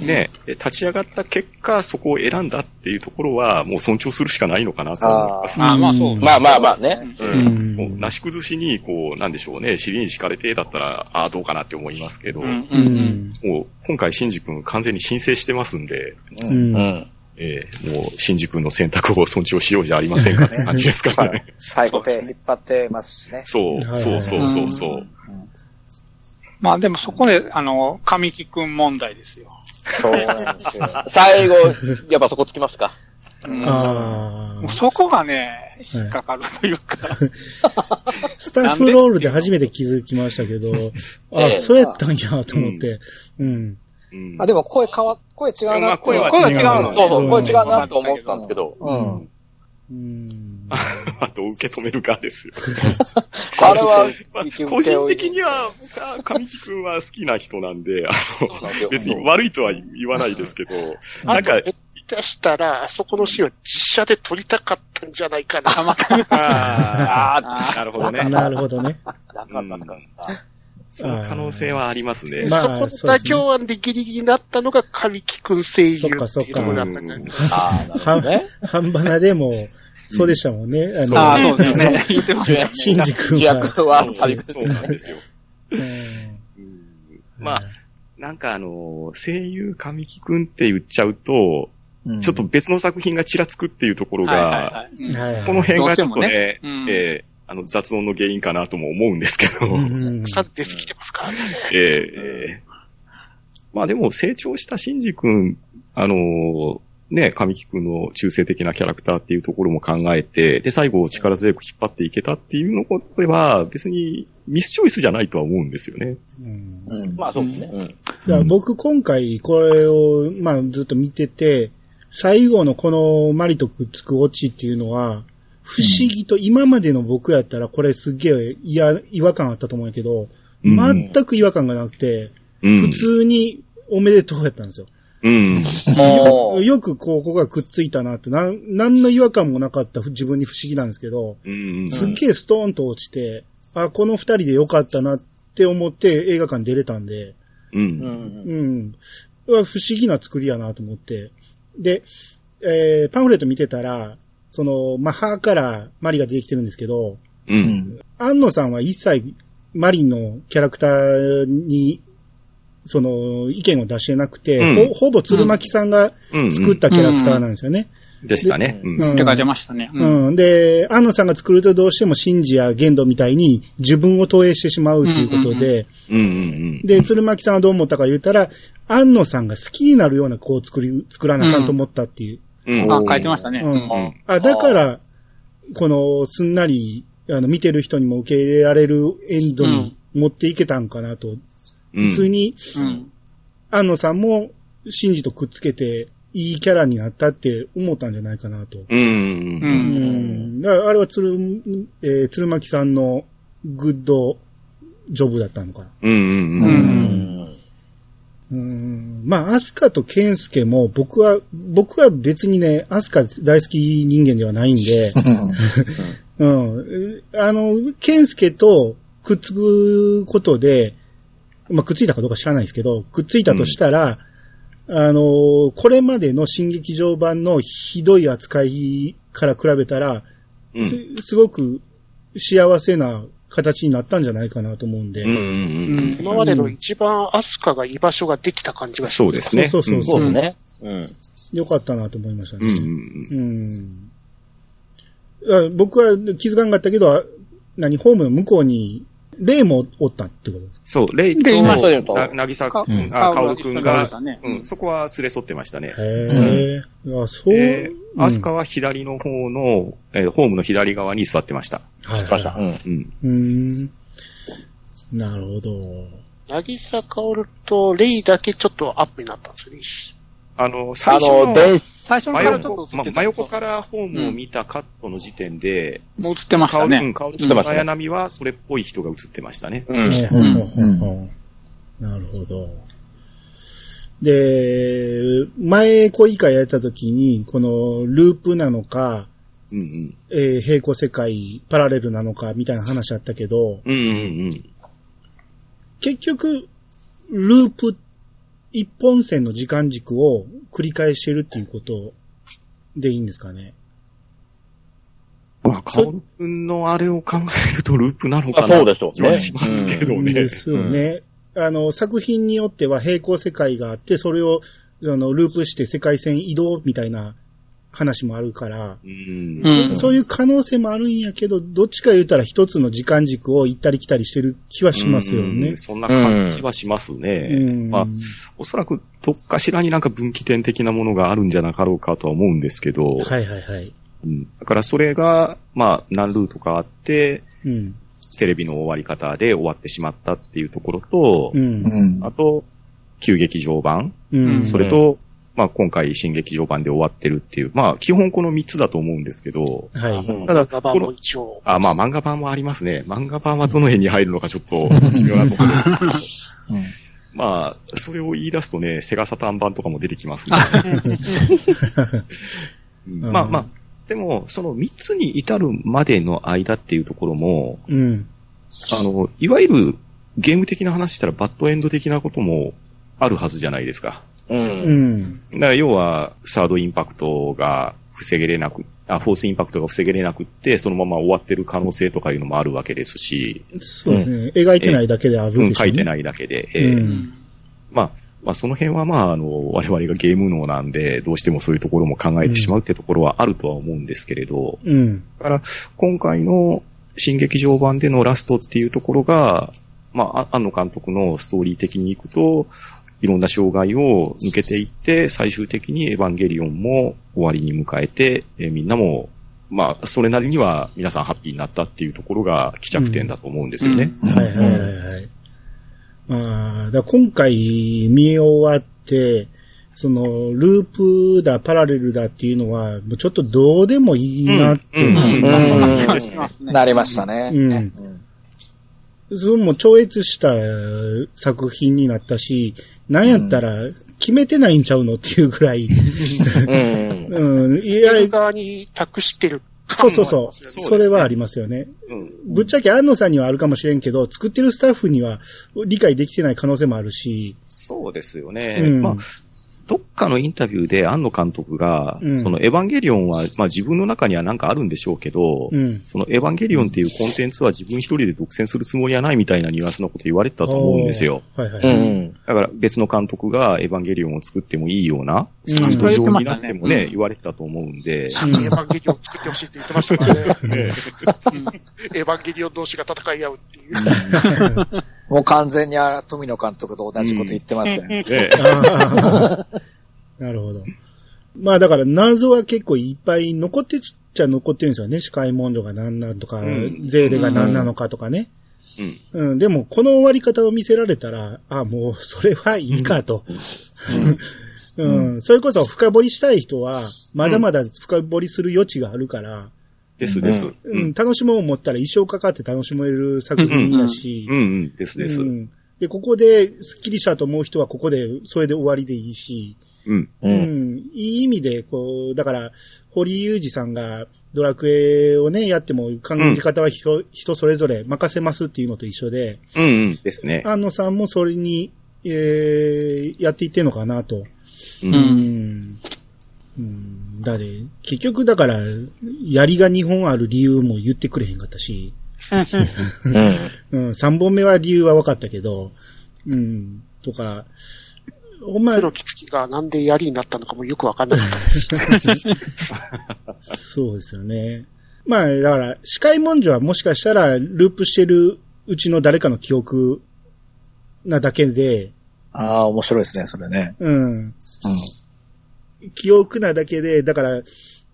ね、で立ち上がった結果、そこを選んだっていうところは、もう尊重するしかないのかなと思います。ああ、まあそう。まあまあまあね。う。うんん。もうなし崩しに、こう、なんでしょうね、尻に敷かれてだったら、ああ、どうかなって思いますけど、うんううんうん。ん。もう今回、シンジ君完全に申請してますんで、う。うんん。えーもう、シンジ君の選択を尊重しようじゃありませんかって感じですからね。最後手引っ張ってますしね。そう、はいそうそうそうそうう。まあでもそこで、あの、神木くん問題ですよ。そうなん [laughs] ですよ。最後、やっぱそこつきますか。あもうあ。そこがね、引っかかるというか、スタッフロールで初めて気づきましたけど、あ、ええそうやったんやと思って。うん。うんあ、でも声変わ、声違うまなあって声いう。は声は違う違うののそうで、そう、これ違うなと思ってたんですけど、うん。うん。あと受け止めるかですよ。あれは、まあ息請個け人負い的には、僕は神木くんは好きな人なんで、あそうなんですの、よ別に悪いとは言わないですけど、なんか、出したら、あそこのシーンは実写で撮りたかったんじゃないかな。ああ、なるほどね。なるほどね。なかなかった。その可能性はありますね。まあそこの妥協案でギリギリになったのが神木くん声優っていうところだったんじゃないですか。ああ、なるほどね。半ばなでも、そうでしたもんね。あああ、そう [laughs] ですね。言ってますね。シンジ君は。主役は、そ神う木そうなんですよ。うんうんまあ、なんかあの、声優神木くんって言っちゃうと、ちょっと別の作品がちらつくっていうところはいはいが、はいはいうん。はい。この辺がちょっとね、どうしてもねうんえーあの雑音の原因かなとも思うんですけど、うんさ出てきてますからね。えーえーまあでも成長したシンジ君、あのーね、神木君の中性的なキャラクターっていうところも考えて、で、最後力強く引っ張っていけたっていうのこれは別にミスチョイスじゃないとは思うんですよね。うんまあそうですね。だから僕今回これを、まあずっと見てて、最後のこのマリとくっつくオチっていうのは、不思議と今までの僕やったらこれすっげえ嫌、違和感あったと思うんやけど、うん全く違和感がなくて、うん普通におめでとうやったんですよ。うん。もう、よくこう、ここがくっついたなって、なん、何の違和感もなかった自分に不思議なんですけど、うん。すっげえストーンと落ちて、あ、この二人でよかったなって思って映画館出れたんで、う。うんん。うん。うわ不思議な作りやなと思って。で、えーパンフレット見てたら、その、マハからマリが出てきてるんですけど、うん。安野さんは一切マリのキャラクターに、その、意見を出してなくて、うんほほぼ鶴巻さんがうん。作ったキャラクターなんですよね。でしたね。うんうん手が出ましたね。うん。うん。で、安野さんが作るとどうしてもシンジやゲンドみたいに自分を投影してしまうということで、うんうんで、鶴巻さんはどう思ったか言ったら、安野さんが好きになるような子を作り、作らなあかんと思ったっていう。うん。うんあ、書いてましたね。うんうんうんあ、だから、この、すんなり、あの、見てる人にも受け入れられるエンドに持っていけたんかなと。うん普通に、うん。安野さんも、シンジとくっつけて、いいキャラになったって思ったんじゃないかなと。うんうんう。うん。うんん。だから、あれは鶴、えー鶴巻さんのグッドジョブだったのかな。うんうんうん。うーんまあ、アスカとケンスケも、僕は、僕は別にね、アスカ大好き人間ではないん [laughs] で、うん。あの、ケンスケとくっつくことで、まあ、くっついたかどうか知らないですけど、くっついたとしたら、あの、これまでの新劇場版のひどい扱いから比べたら、うんすすごく幸せな形になったんじゃないかなと思うんで、うんうんうん。今までの一番アスカが居場所ができた感じがすそうですね。そうそうそそううでそすうね。うん。良かったなと思いましたね。うんうんうん。あ僕は気づかんかったけど、あ何、ホームの向こうに、霊もおったってことですかそう、レイで今と、ななぎさ、かうんかあカオルくんかおるがさんね、うんそこは連れ添ってましたね。へえ、あ、そう。で、うんアスカは左の方の、えーホームの左側に座ってました。はいまはいした。はうい。うん。ん。うん。なるほど。なぎさかおると、レイだけちょっとアップになったんですよね。あの、最あ初のの、、電最初の真からちょ横っと映まってた真横からホームを見たカットの時点で、もう映ってましカたオル、うね。ん、カオル君の綾波はそれっぽい人が映ってましたね。うん。ほうほうほうほうなるほど。で、前、恋会やった時に、この、ループなのか、うんえー平行世界、パラレルなのか、みたいな話あったけど、うん。うんうんうん。結局、ループ、一本線の時間軸を繰り返してるっていうことでいいんですかね。まあ、カオル君のあれを考えるとループなのかあそなうでしょうね気はしますけどね。ですよね。あの、作品によっては平行世界があって、それを、あの、ループして世界線移動みたいな話もあるから、うんう。ん。そういう可能性もあるんやけど、どっちか言うたら一つの時間軸を行ったり来たりしてる気はしますようねん。そんな感じはしますね。うん。まあ、おそらくどっかしらになんか分岐点的なものがあるんじゃなかろうかとは思うんですけど、はいはいはい。うんだからそれが、まあ、何ルートかあって、うん。テレビの終わり方で終わってしまったっていうところと、うん。んあと、旧劇場版、うん。それと、まあ今回新劇場版で終わってるっていう、まあ基本この3つだと思うんですけど、はい。ただ、ガバンこのも一応。あ、まあ漫画版もありますね。漫画版はどの辺に入るのかちょっと微妙なところですけど。まあ、それを言い出すとね、セガサターン版とかも出てきますね。うんまあまあ、でも、その3つに至るまでの間っていうところも、 [laughs] うん。あの、いわゆるゲーム的な話したらバッドエンド的なこともあるはずじゃないですか。う。うんん。だから要は、サードインパクトが防げれなく、あ、フォースインパクトが防げれなくって、そのまま終わってる可能性とかいうのもあるわけですし、そうですね。描いてないだけであるうんでしょうね。書いてないだけで、えうーんまあ、まあその辺はまあ、あの、我々がゲーム脳なんで、どうしてもそういうところも考えてしまうってところはあるとは思うんですけれど、うん。今回の新劇場版でのラストっていうところが、まあ、あ安野監督のストーリー的に行くと、いろんな障害を抜けていって、最終的にエヴァンゲリオンも終わりに迎えて、えーみんなも、まあ、それなりには皆さんハッピーになったっていうところが帰着点だと思うんですよね。はいはいはいはい。まあ、だから今回見終わって、その、ループだ、パラレルだっていうのは、もうちょっとどうでもいいなっていうのはうんうんうんまあ気がしますね。なりましたね。うんねそれも超越した作品になったし、なんやったら決めてないんちゃうのっていうぐらい、う [laughs] ん。うん、いや、やる側に託してるそ感うもそうそありまう、すよねそれはありますよね。うんぶっちゃけ安野さんにはあるかもしれんけど、作ってるスタッフには理解できてない可能性もあるし、そうですよね。うんまあどっかのインタビューで安野監督が、うんそのエヴァンゲリオンは、まあ自分の中にはなんかあるんでしょうけど、うん。そのエヴァンゲリオンっていうコンテンツは自分一人で独占するつもりはないみたいなニュアンスのこと言われてたと思うんですよ。はいはうい。ん。だから別の監督がエヴァンゲリオンを作ってもいいような、うんそういう土壌になっ言ってましたてねもね、言われてたと思うんで、さっきエヴァンゲリオン作ってほしいって言ってましたからね。ねエヴァンゲリオン同士が戦い合うっていう。もう完全にあ富野監督と同じこと言ってますよね。ねあーなるほど。まあだから謎は結構いっぱい残ってっちゃ残ってるんですよね。司会文書が何なんとか、んゼーレが何なのかとかね。うんうん、でも、この終わり方を見せられたら、あ、もう、それはいいかと。うん、それこそ深掘りしたい人は、まだまだ深掘りする余地があるから、ですです。う、うんん、楽しもう思ったら一生かかって楽しめる作品だし、うん、うん、ですです。ううんんで、ここで、スッキリしたと思う人は、ここで、それで終わりでいいし、うん、うん、いい意味で、こう、だから、堀井裕二さんが、ドラクエをね、やっても、考え方は人,、人それぞれ任せますっていうのと一緒で、うん、ですね。安野さんもそれに、えー、やっていってんのかなと。ううんん、うん。うん。だで、結局だから、槍が2本ある理由も言ってくれへんかったし、うん。うん、3本目は理由は分かったけど、うん、とか、ほんまプ、ロキツキがなんで槍になったのかもよくわかんなかったです。そうですよね。まあ、だから、視界文書はもしかしたら、ループしてるうちの誰かの記憶なだけで、ああ、面白いですね、それね。うん。記憶なだけで、だから、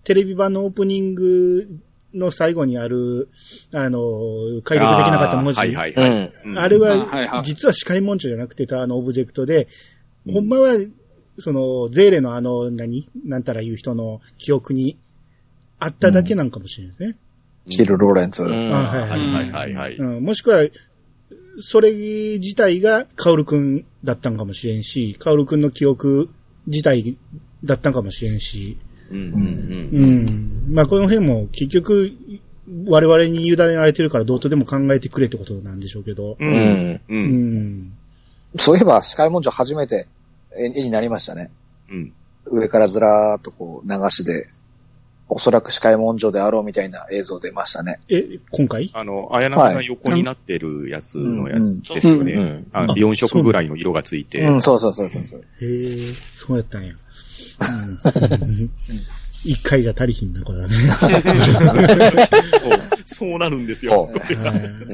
テレビ版のオープニングの最後にある、あの、解読できなかった文字。ああ,、ーはいはいうはい。ん。うんれあはいはは、い実は視界文書じゃなくてた、あの、オブジェクトで、うんほんまは、その、ゼーレのあの、何なんたら言う人の記憶にあっただけなんかもしれないですね。シル・ローレンツ。うんあはいはいはいはいはい。うん、もしくは、それ自体がカオルくんだったんかもしれんし、カオルくんの記憶自体だったんかもしれんし、うん、うん、うん。まあ、この辺も結局、我々に委ねられてるからどうとでも考えてくれってことなんでしょうけど。う。うんん。う。うんん。そういえば、司会文書初めて、絵絵になりましたね。うん。上からずらーっとこう流しで、おそらく視界文書であろうみたいな映像出ましたね。え、今回あの、綾波が横になってるやつのやつですようねん。あの4色ぐらいの色がついて。うん、そうそうそうそうそう。へえ、そうやったんや。うん一回じゃ足りひんな、これはね。そうそうなるんですよ。はう。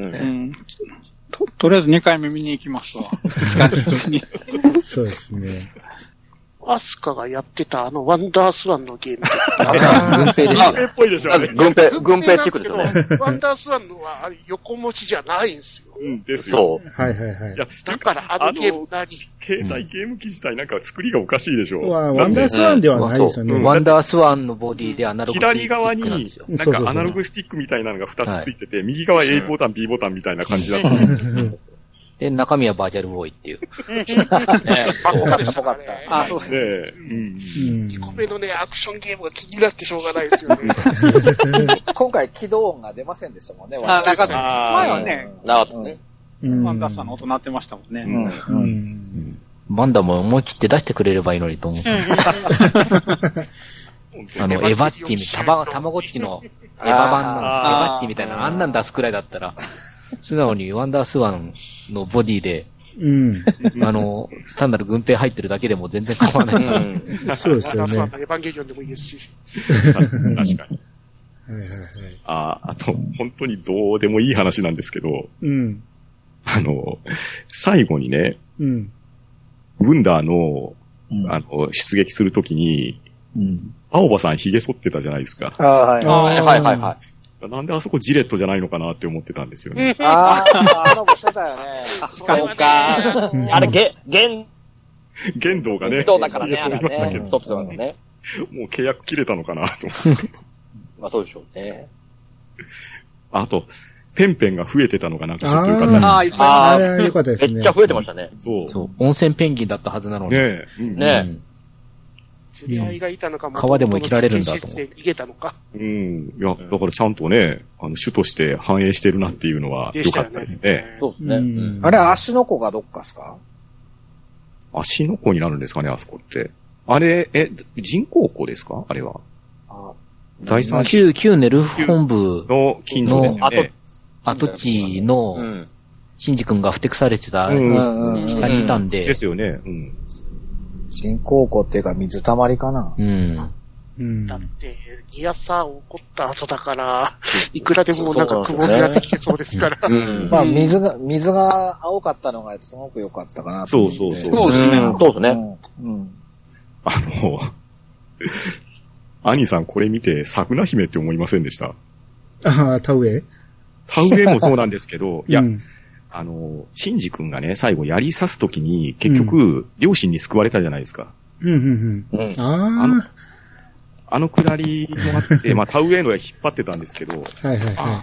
うんん。と、とりあえず2回目見に行きますわ。いそうですね。アスカがやってたあのワンダースワンのゲーム。軍兵であすれっぽいでしょ、あれ。軍兵、軍兵ってくるとね。ワンダースワンのはあれ横持ちじゃないんですよ。うん、ですよ。そう。はいはいはいい。や、だからあのゲーム何携帯ゲーム機自体なんか作りがおかしいでしょ。わなワんンダでースワンではないですよね。うんわワンダースワンのボディでアナログスイッチ左側に、ななんんですよ。そうそうそうかアナログスティックみたいなのが2つついてて、右側 A ボタン、B ボタンみたいな感じだった。で、中身はバーチャルボーイっていう。ばっかでしたからね。あ、そうねえうん。うん2個目のね、アクションゲームが気になってしょうがないですよね。今回、起動音が出ませんでしたもんね、あ、なかった。あー前はね、なあとね。うんワンダーさんの音鳴ってましたもんね。うんうんバンダも思い切って出してくれればいいのにと思って。あの、エヴァッチみ、たば、たまごっちの、エヴァ版の、エあーヴァッチみたいな、あんなん出すくらいだったら、 [laughs] 素直にワンダースワンのボディで、うん。あの、単なる軍兵入ってるだけでも全然構わなうい。はいん。そうでワすンダよね。はースワンのエヴァンゲリオンでもいいですし。確かに。いはいはい。あーあと、本当にどうでもいい話なんですけど、うん。あの、最後にね、うん。ウンダーの、うんあの、出撃するときに、うん青葉さん髭剃ってたじゃないですか。ああ、はい。あはいはいはいはなんであそこジレットじゃないのかなって思ってたんですよね。あー、コラボしてたよね。そい。そうか。 [laughs] あれ、げ、現剣道がね、状だからね、髭あ剃りれましたけね。ど、取ってたからね。もう契約切れたのかなと思って。まあそうでしょうね。あと、ペンペンが増えてたのがなんかちょっとよかったうでんす。ああ、いっぱああれあ、は良かったでめすね。っちゃ増えてましたね。そう。そう、温泉ペンギンだったはずなのに。ねえ。うんね時代がいたのかも。川でも生きられるんだと思う元々の原始人生逃げたのか。うん。いや、だからちゃんとね、あの、主として反映してるなっていうのはで良しかたったよですね。ね。そうですうね。うんん。あれ、足の子がどっかっすか足の子になるんですかね、あそこって。あれ、え、人工湖ですかあれは。第三市旧、旧ネルフ本部の近所ですよね。跡地の、シンジ君がふてくされてたうんうんうん下にいたんでで、すよね。うん。人工湖っていうか水たまりかな。うん。うんだって、ギアサーを起こった後だから、いくらでもなんかくぼみができてそうですから。うん。まあ、水が、水が青かったのがすごく良かったかなと思って。そうそうそうそうですね。そうですね。うん。うん。あの、 [laughs] 兄さんこれ見て、桜姫って思いませんでしたああ、田植え田植えもそうなんです [laughs] けど、いやう、んあの、シンジ君がね、最後槍刺すときに、結局、両親に救われたじゃないですか。うんうんううんん。。ああのああのくだりもあって、まあ、田植えのや引っ張ってたんですけど、ー、はいはいは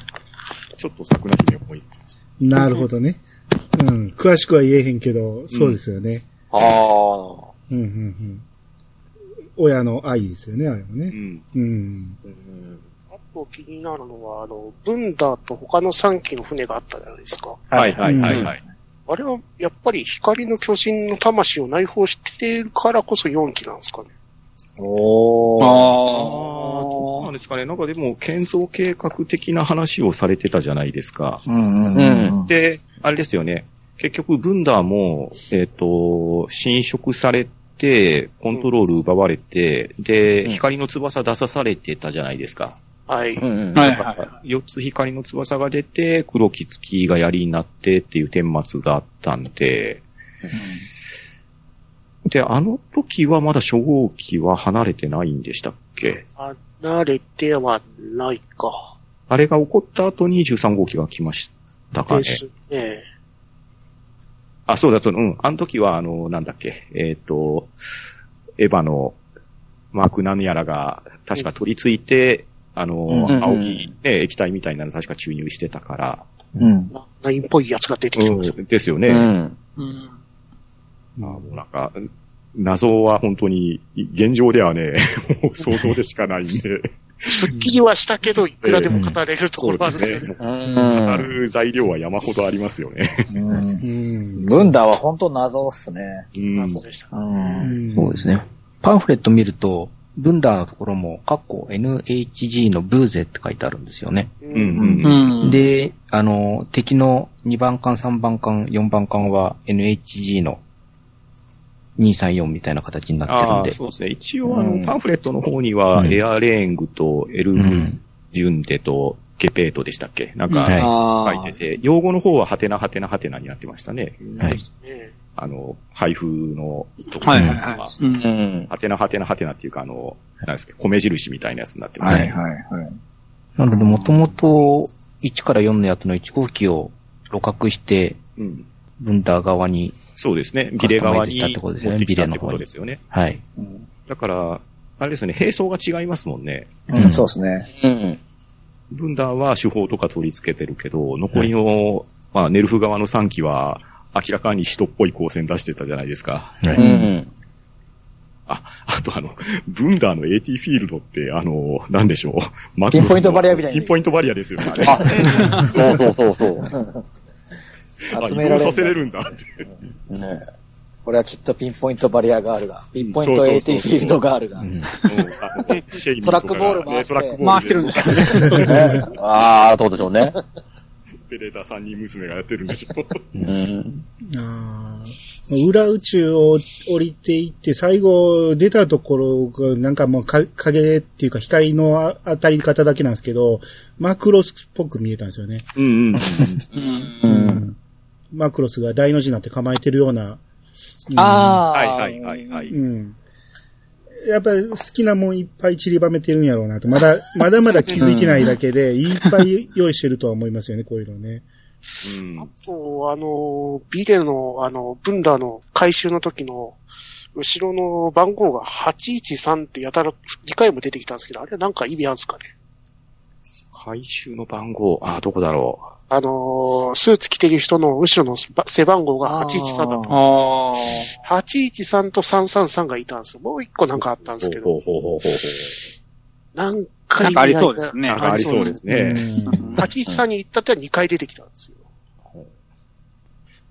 ちょっと桜姫を思いました。い。なるほどね。うん。詳しくは言えへんけど、そうですよね。ああ。うんうんうん。親の愛ですよね、あれもうね。ん。うん。あと気になるのは、あの、ブンダーと他の3機の船があったじゃないですか。はいはいはいはい。あれは、やっぱり光の巨人の魂を内包してるからこそ4機なんですかね。おー。ああ、どうなあんですかね。なんかでも、建造計画的な話をされてたじゃないですか。うんうんうんうん。で、あれですよね。結局、ブンダーも、えっ、と、侵食されて、コントロール奪われて、で、光の翼出さされてたじゃないですか。はい。うんあ。はいはいはい。 4つ光の翼が出て、黒き月が槍になってっていう顛末があったんで、で、あの時はまだ初号機は離れてないんでしたっけ離れてはないか。あれが起こった後に13号機が来ましたかねで。すね。あ、そうだ、そうだ、うん。あの時は、あの、なんだっけ、えっ、と、エヴァのマーク何やらが、確か取り付いて、あの、うん青い、ね、液体みたいなの確か注入してたから、うん。なナインっぽいやつが出てきてます。うんですよね。うん。うん。あもうなんか、 [laughs] 謎は本当に、現状ではね、もう想像でしかないんで。すっきりはしたけど、いくらでも語れるところはある [laughs] んですけどね。うん語る材料は山ほどありますよね。うんうん。ムンダーは本当謎っすね。うんそうでした。うん。そうですね。パンフレット見ると、ブンダーのところも、括弧 NHG のブーゼって書いてあるんですよね。ううん。んううんん。で、あの、敵の2番艦、3番艦、4番艦は NHG の234みたいな形になってるんああ、で。そうですね。一応、あの、うんパンフレットの方には、うんエアレーングとエルうムんジュンテとケペートでしたっけなんか、はいあ書いてて、用語の方はハテナハテナハテナになってましたね。はい。ねあの、配布のところはいはいとはかい。うんうん。ハテナハテナハテナっていうか、あの、なんですか、米印みたいなやつになってまはすいね。はいはい。なので、もともと1から4のやつの1号機を露獲して、うん。ブンダー側に、そうですね。ビレ側にカ持スタマイズしたってことですよねってきたっビてレのこ方とにですよね。はい。だから、あれですよね、兵装が違いますもんね。うん、そうですね。うん。分断は手法とか取り付けてるけど、残りの、まあ、ネルフ側の3機は、明らかに人っぽい光線出してたじゃないですか。はいうん。あ、あとあの、ブンダーの AT フィールドって、あの、なんでしょう。マクロスのピンポイントバリアみたいにピンポイントバリアですよね。あれあ、そうそうそうそう。あ集移め動られるさんだせれるんだって。ねこれはきっとピンポイントバリアガールが、ピンポイントそうそうそう AT フィールドガールが。うんうんあのシェイミーとかがトラックボール回ねしてトラックボール回してるんですよ。ああ、どうでしょうね。オペレーター3人娘がやってるんでしょ。うん。あー裏宇宙を降りていって、最後出たところが、なんかもうか影っていうか光の当たり方だけなんですけど、マクロスっぽく見えたんですよね。うんうんうん。うん。うん。マクロスが大の字になって構えてるような。うんあ [laughs] はいあ。はいはいはい。うん。やっぱり好きなもんいっぱい散りばめてるんやろうなと。まだ、まだまだ気づいてないだけで、いっぱい用意してるとは思いますよね、こういうのね。うんあと、あの、ビデの、あの、ブンダーの回収の時の、後ろの番号が813ってやたら、2回も出てきたんですけど、あれなんか意味あるんですかね回収の番号、あ、どこだろあの、スーツ着てる人の後ろの背番号が813だったんですよあ813と333がいたんですよ。もう一個なんかあったんう。ですけほうほど、うほうほうほう。なんあ。かなんかありそう意味でないすなね。んかありそうですね。 813に行ったっては2回出てきたんですよ。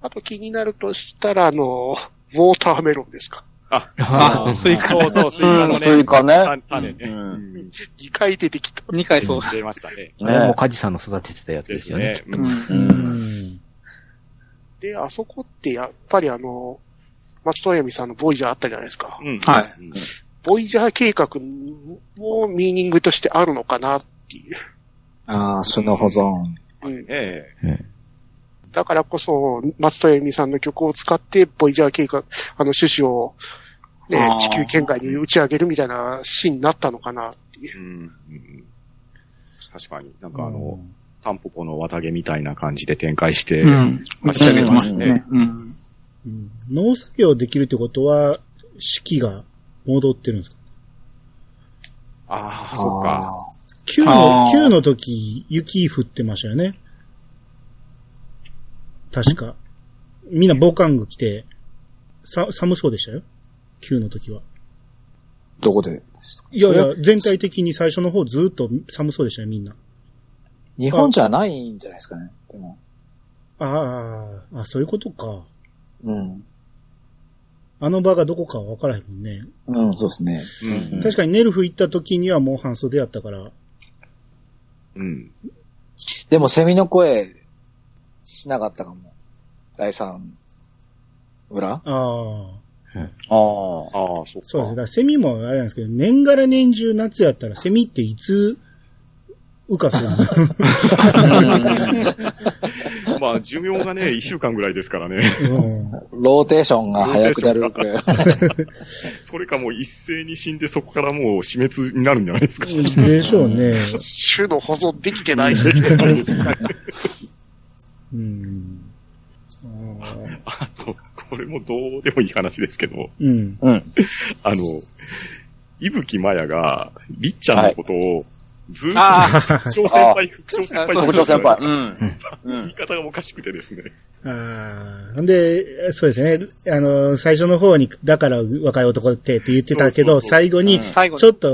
あと気になるとしたら、あの、ウォーターメロンですか。あ、あ、スイカ。そうそう、スイカのね。スイカね。種種ね。うんうん2回出てきた。二回そう。出ましたね。あれもねカジさんの育ててたやつでですすよね。ね。ううんん。うん。で、あそこってやっぱりあの、松戸みさんのボイジャーあったじゃないですか。うんはいうんボイジャー計画もミーニングとしてあるのかなっていう。ああ、種の保存。うん、ええ。だからこそ、松戸みさんの曲を使って、ボイジャー計画、あの趣旨を、あねー、地球圏外に打ち上げるみたいなシーンになったのかなっていう。うんうん確かに、なんかあの、タンポポの綿毛みたいな感じで展開して、うん。まあ調べてますね。うん。うん農作業できるってことは、四季が戻ってるんですかああ、そっか。 ?9 あの、ー九の時、雪降ってましたよね。確か。みんな防寒具着て、さ、寒そうでしたよ。9の時は。どこでいやいそや、全体的に最初の方ずっと寒そうでしたよ、みんな。日本じゃないんじゃないですかね。でもあーあ、そういうことか。うん。あの場がどこかは分からへんもんね。うん、そうですね。うん確かにネルフ行った時にはもう半袖やったから。うん。でも、セミの声、しなかったかも。第三、裏ああ。あああ、そっそうです。だか。からセミもあれなんですけど、年がら年中夏やったらセミっていつ、羽化す [laughs] るのまあ、寿命がね、1週間ぐらいですからね。うんローテーションが早くなるくらい。それかもう一斉に死んで、そこからもう死滅になるんじゃないですか。でしょうね。種の保存できてないし。うん。あーあと、これもどうでもいい話ですけど、 [laughs] うん。うん。あの、伊吹まやが、りっちゃんのことを、ずっと、ああ。副長先輩、副長先輩って言っ特てた徴じゃ先ないです輩。かうん。う言いん。方がおかしくてですね。ああ。んで、そうですね。あの、最初の方に、だから若い男ってって言ってたけそうそうど、そう最後に、最後ちょっと、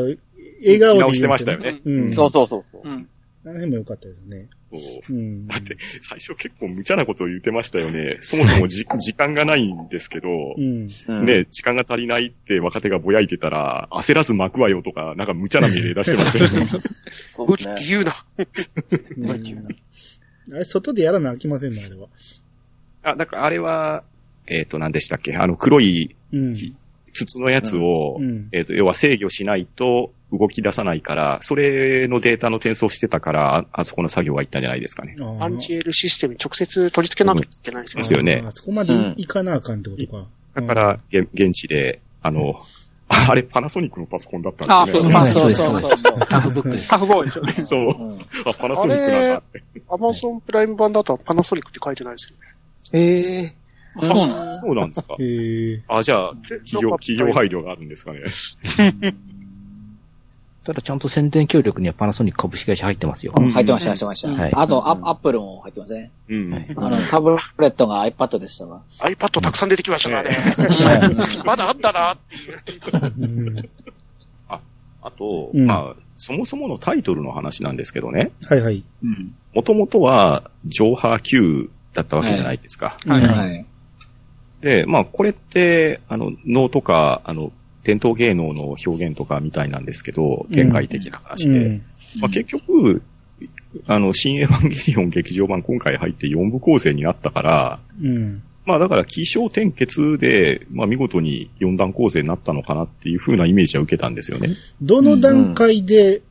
笑顔で、直してましたよね。うん。そうそうそうそう。うん。あの辺も良かったですね。そううん。だって、最初結構無茶なことを言ってましたよね。そもそもじ時間がないんですけどう、ん。うんね、時間が足りないって若手がぼやいてたら、焦らず巻くわよとか、なんか無茶な命令出してましたよね。そう無で理すっねて言うな。うんあれ、外でやらなあきませんね、あれは。 [laughs] あ、なんかあれは、えっ、と、何でしたっけあの、黒いうん。筒のやつを、うん。えっ、と、要は制御しないと動き出さないから、それのデータの転送してたから、ああそこの作業がいったんじゃないですかね。あーアンチエールシステムに直接取り付けなきゃいけないんですよで。すよねあーそこまでいいかなあかんってことか。だから、げ現地で、あの、ああれパナソニックのパソコンだったあんあ、ですそよう、ね。まあ、そうそうそうそう。タフブックです。タフボーイでしょ。 [laughs] そううん。あ、パナソニックなんだって。アマゾンプライム版だとパナソニックって書いてないですよね。ええそうなの [laughs] そうなんですかう。ん。へえ。あ、じゃあ、で企業、企業配慮があるんですかね。ただちゃんと宣伝協力にはパナソニック株式会社入ってますよ。ー。入ってました、入ってましうんはいた。あと、アアップルも入ってますね。うん。あの、タブレットが iPad でしたが。 iPad たくさん出てきましたからね。まだあったなっていう。うんあと、うんまあ、そもそものタイトルの話なんですけどね。はいはい。うん。もともとは、ジョーハー Q だったわけじゃないですか。はいはい。で、まあ、これって、あの、能とか、あの、伝統芸能の表現とかみたいなんですけど、限界的な話で。うんまあ、結局、あの、新エヴァンゲリオン劇場版今回入って4部構成になったから、うん。まあだから、気象転結で、まあ見事に4段構成になったのかなっていう風なイメージは受けたんですよね。どの段階で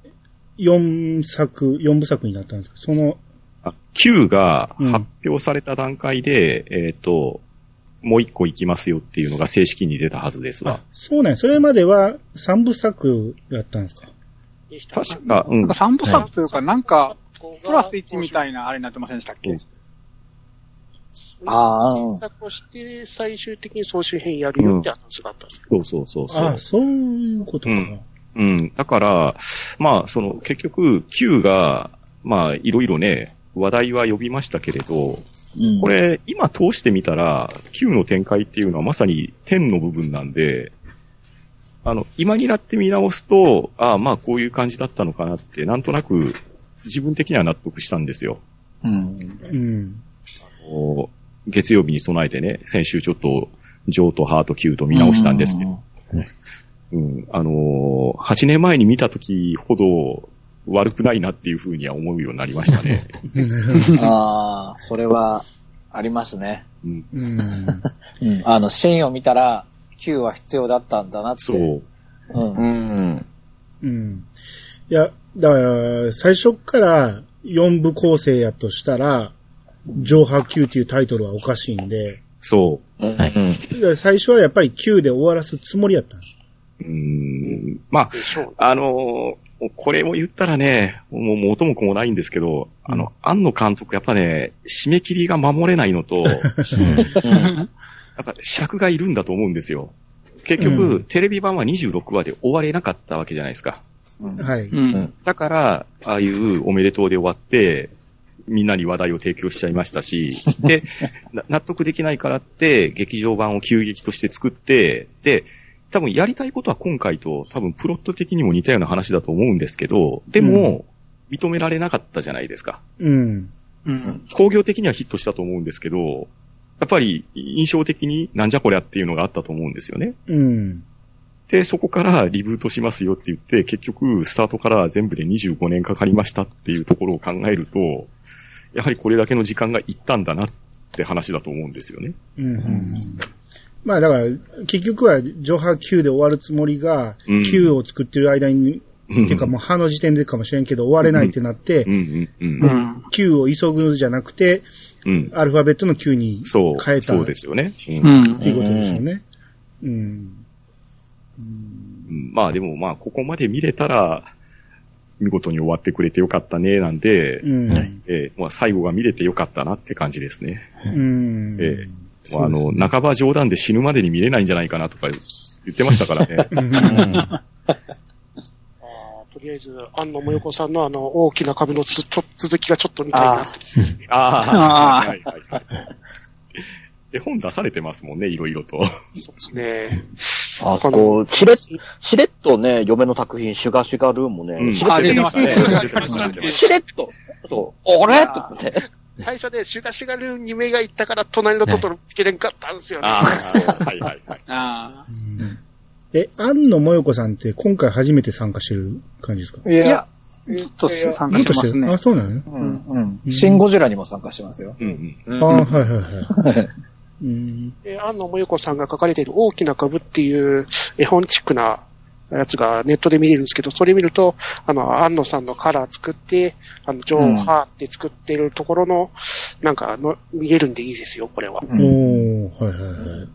4作、四部作になったんですかその、あ Q がうん発表された段階で、えっ、と、もう一個行きますよっていうのが正式に出たはずですわあ。、そうなんやそれまでは3部作やったんですか確か、うなんんか。三部作というか、なんか、プラス1みたいいなあれになってませんでしたっけな。ああ新作をして、最終的に総集編やるよってアナウンスがあったんですよ。そうそうそうそうあ、そういうことか。うんうん。だから、まあ、その、結局、Q が、まあ、いろいろね、話題は呼びましたけれど、うんこ、れ、今通してみたら、Q の展開っていうのはまさに点の部分なんで、あの、今になって見直すと、ああ、まあ、こういう感じだったのかなって、なんとなく、自分的には納得したんですよ。うん。うん。お月曜日に備えてね、先週ちょっと、ジョーとハート Q と見直したんですけど、うん、あのー、8年前に見た時ほど悪くないなっていうふうには思うようになりました [laughs] ね。 [laughs] ああ、それは、ありますね。うん、うん。うん。あの、シーンを見たら、Q は必要だったんだなって。そう。うん。ううん。ん。うん。いや、だから、最初っから4部構成やとしたら、上波級っていうタイトルはおかしいんで、そうん。だから最初はやっぱり9で終わらすつもりやったんですう。うん。までしょう。あ、あのーこれを言ったらね、もう元も子もないんですけど、あの、庵野監督やっぱね、締め切りが守れないの [laughs] と、なんか尺がいるんだと思うんですよ。結局、うんテレビ版は26話で終われなかったわけじゃないですか。はい。うん。だから、ああいうおめでとうで終わって、みんなに話題を提供しちゃいましたし、で、な納得できないからって、劇場版を急激として作って、で、多分やりたいことは今回と多分プロット的にも似たような話だと思うんですけど、でも、認められなかったじゃないですか。うん。うん。工業的にはヒットしたと思うんですけど、やっぱり印象的になんじゃこりゃっていうのがあったと思うんですよね。うん。で、そこからリブートしますよって言って、結局、スタートから全部で25年かかりましたっていうところを考えると、やはりこれだけの時間がいったんだなって話だと思うんですよね。うん。まあだから、結局は上波9で終わるつもりが、うん9を作ってる間に、うんっていうかもう歯の時点でかもしれんけど、終われないってなって、うんうんううん。ん。 9を急ぐじゃなくて、うん。アルファベットの9にそ変えう、たそうっですよね。うんうんていうことでしょうね。うん。うんまあでもまあ、ここまで見れたら、見事に終わってくれてよかったね、なんで、うん。えーまあ、最後が見れてよかったなって感じですね。うん。ええまあ、あの、半ば冗談で死ぬまでに見れないんじゃないかなとか言ってましたからね。あーとりあえず、安野もよこさんのあの、大きな壁のつちょ続きがちょっと見たいなあって。あああ。ーはいはいはい。で、本出されてますもんね、いろいろと。 [laughs] そうですね。あそこ、しれ、しれっとね、嫁の作品、シュガシュガルーンもね、うんしれっあ出てましたね出てましたねと、しれっと、そう、あれって言ってね、最初ね、シュガシュガルーンに目が行ったから、隣のトトロつけれんかったんですよね。ああ、はいはいはい。ああ。え、安野もよこさんって今回初めて参加してる感じですかいいやや、、ずっと参加もっしとてましてするねあ、。そうなのね。うん、うん。シンゴジラにも参加してますよ。うんうん。あーはいはいはい。 [laughs] うんえー、安野もよこさんが書かれている大きな株っていう絵本チックなやつがネットで見れるんですけど、それ見ると、あの、安野さんのカラー作って、あの、ジョーハーって作ってるところの、なんかの、見れるんでいいですよ、これは。うんおー、はいはいはい。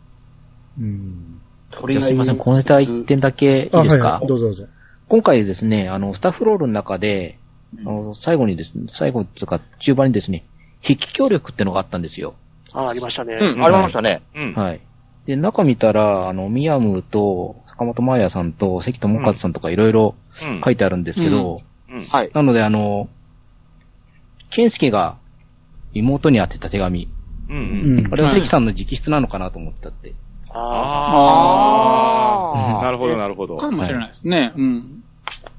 うん。とじゃあすいません、このネタ一点だけいいあ、ではすいか、はい。どうぞどうぞ。今回ですね、あの、スタッフロールの中で、あの、最後にですね、最後っていうか、中盤にですね、筆記協力ってのがあったんですよ。あ、ありましたね。うん、ありましたね。うん。はい。で、中見たら、あの、ミヤムと、坂本真綾さんと、関智和さんとかいろいろうん書いてあるんですけど、うんはい。なので、あの、健介が妹に宛てた手紙、うんううん。んあ。れは関さんの直筆なのかなと思ったって。ああ。あーなるほど、なるほど。かもしれないですね。うん。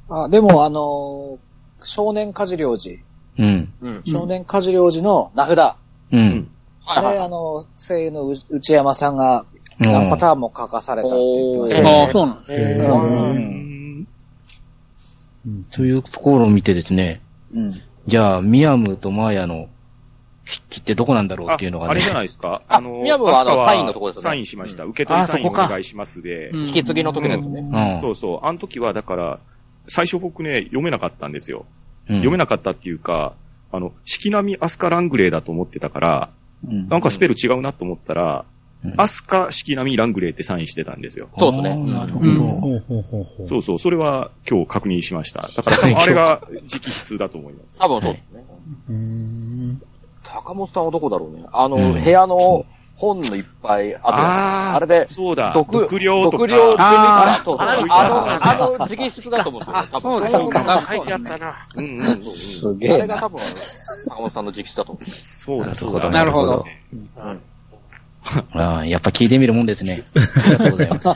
あ、でも、あのー少年家事領事、うん。うん。少年家事領事の名札。うん。あれ、あの、声優のう内山さんが何パターンも書かされたって言ってましたあねあ、。そうなんです。えうーんうんうんというところを見てですね、うん。じゃあ、ミヤムとマーヤの筆記ってどこなんだろうあっていうのがあれねじ。ゃないですか。ああの、宮部はあのアスカサインのとこですよねサインしました。受け取りサインあおそこか願いしますで。うん引き継ぎの時のやつね。うん。そうそう。あの時は、だから、最初僕ね、読めなかったんですよ。うん読めなかったっていうか、あの、四季並みアスカラングレーだと思ってたから、うんなんかスペル違うなと思ったら、うんアスカ四季並みラングレーってサインしてたんですよ。そうですねあーなるほうど。ほうほうほうほう。そうそう、それは今日確認しました。だから多分あれが直筆だと思います。多分そうですね。うーん。坂本さんはどこだろうね。あの、うん部屋の本のいっぱい、ああーあれでそうだ、毒毒量とか。毒量あとそうそうあーあの、あの、直筆だと思うんですよね。多分そうかあ書いてあったな。うんうんうんすあげえれがな。多分、坂本さんの直筆だと思う。そうだ、そうそだ。うだなるほど。あーやっぱ聞いてみるもんですね。ありがとうございます。は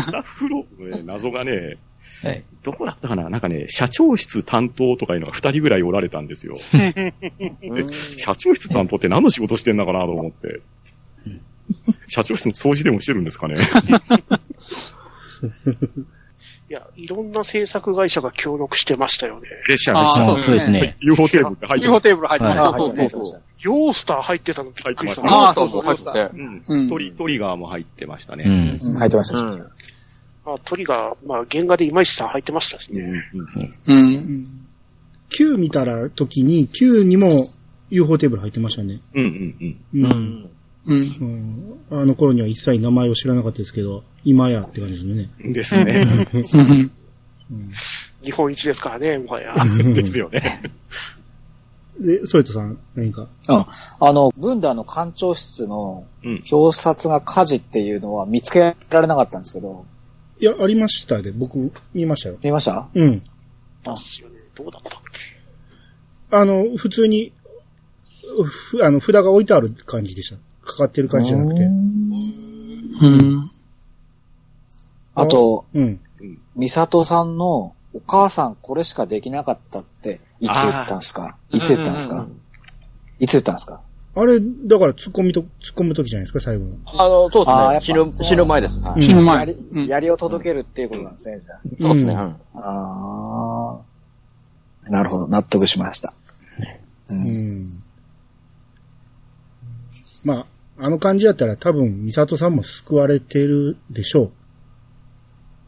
スタッフロールのね謎がね、い。どこだったかななんかね、社長室担当とかいうのが二人ぐらいおられたんですよ。で社長室担当って何の仕事してんのかなと思って。社長室の掃除でもしてるんですかね。いや、いろんな制作会社が協力してましたよね。列車、あー列車。あそーうそうですはねい。UFO テーブルって入ってま UFO す。テーブル入ってましあた。はいそうそうそう。ヨースター入ってたのびっくり入っした。てましたあああーそうそう入ってて。ううんんトリ、トリガーも入ってましたうね。ん。うん入ってましたうし。ん。あトリガー、まあ、原画で今市さん入ってましたしうんね。うんうん。 9見たら時に、9にも UFO テーブル入ってましたね。うんうんうん。う。うんん。うん。うん、あの頃には一切名前を知らなかったですけど、今やって感じですね。うんです [laughs] ね。うん。日本一ですからね、もはや。ですよね。で、ソレトさん、何か。あの、ブンダーの館長室のうん。表札が火事っていうのは見つけられなかったんですけど、いや、ありましたで、僕、見ましたよ。見ましたうん。ですよね。どうだったっ [laughs] けあの、普通に、ふあの、札が置いてある感じでした。かかってる感じじゃなくて。うん。あと、うん。ミサトさんのお母さんこれしかできなかったって、いつ言ったんですかいつ言ったんですうかんいつ言ったんですかあれ、だから突っ込みと、突っ込むときじゃないですか、最後の。あの、そうあーやっでぱすね。死ぬ、死ぬ前です。はうんい死ぬや前。りうんやりを届けるっていうことなんですね、じゃあ。そうですね。うんああ。なるほど。納得しました。うんうん。まあ、あの感じだったら多分、ミサトさんも救われてるでしょう。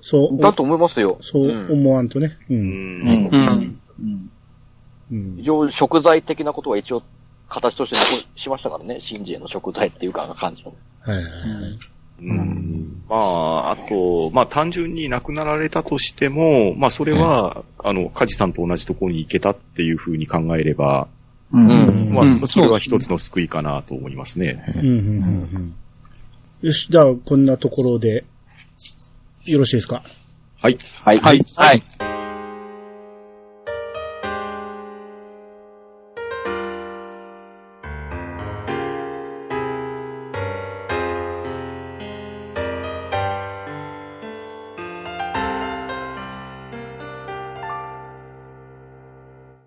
そう、だと思いますよ。そんう思わんとね。う。うんん。うん。うんうん一応、食材的なことは一応、形として残しましたからね。シンジへの食材っていうか、感じの。はいはいはい。うんまあ、あと、まあ単純に亡くなられたとしても、まあそれは、あの、カジさんと同じところに行けたっていうふうに考えれば、うんまあうんそれは一つの救いかなと思いますね。うんうんうんうん。よし、じゃあ、こんなところで、よろしいですか。はい。はい。はい。はい。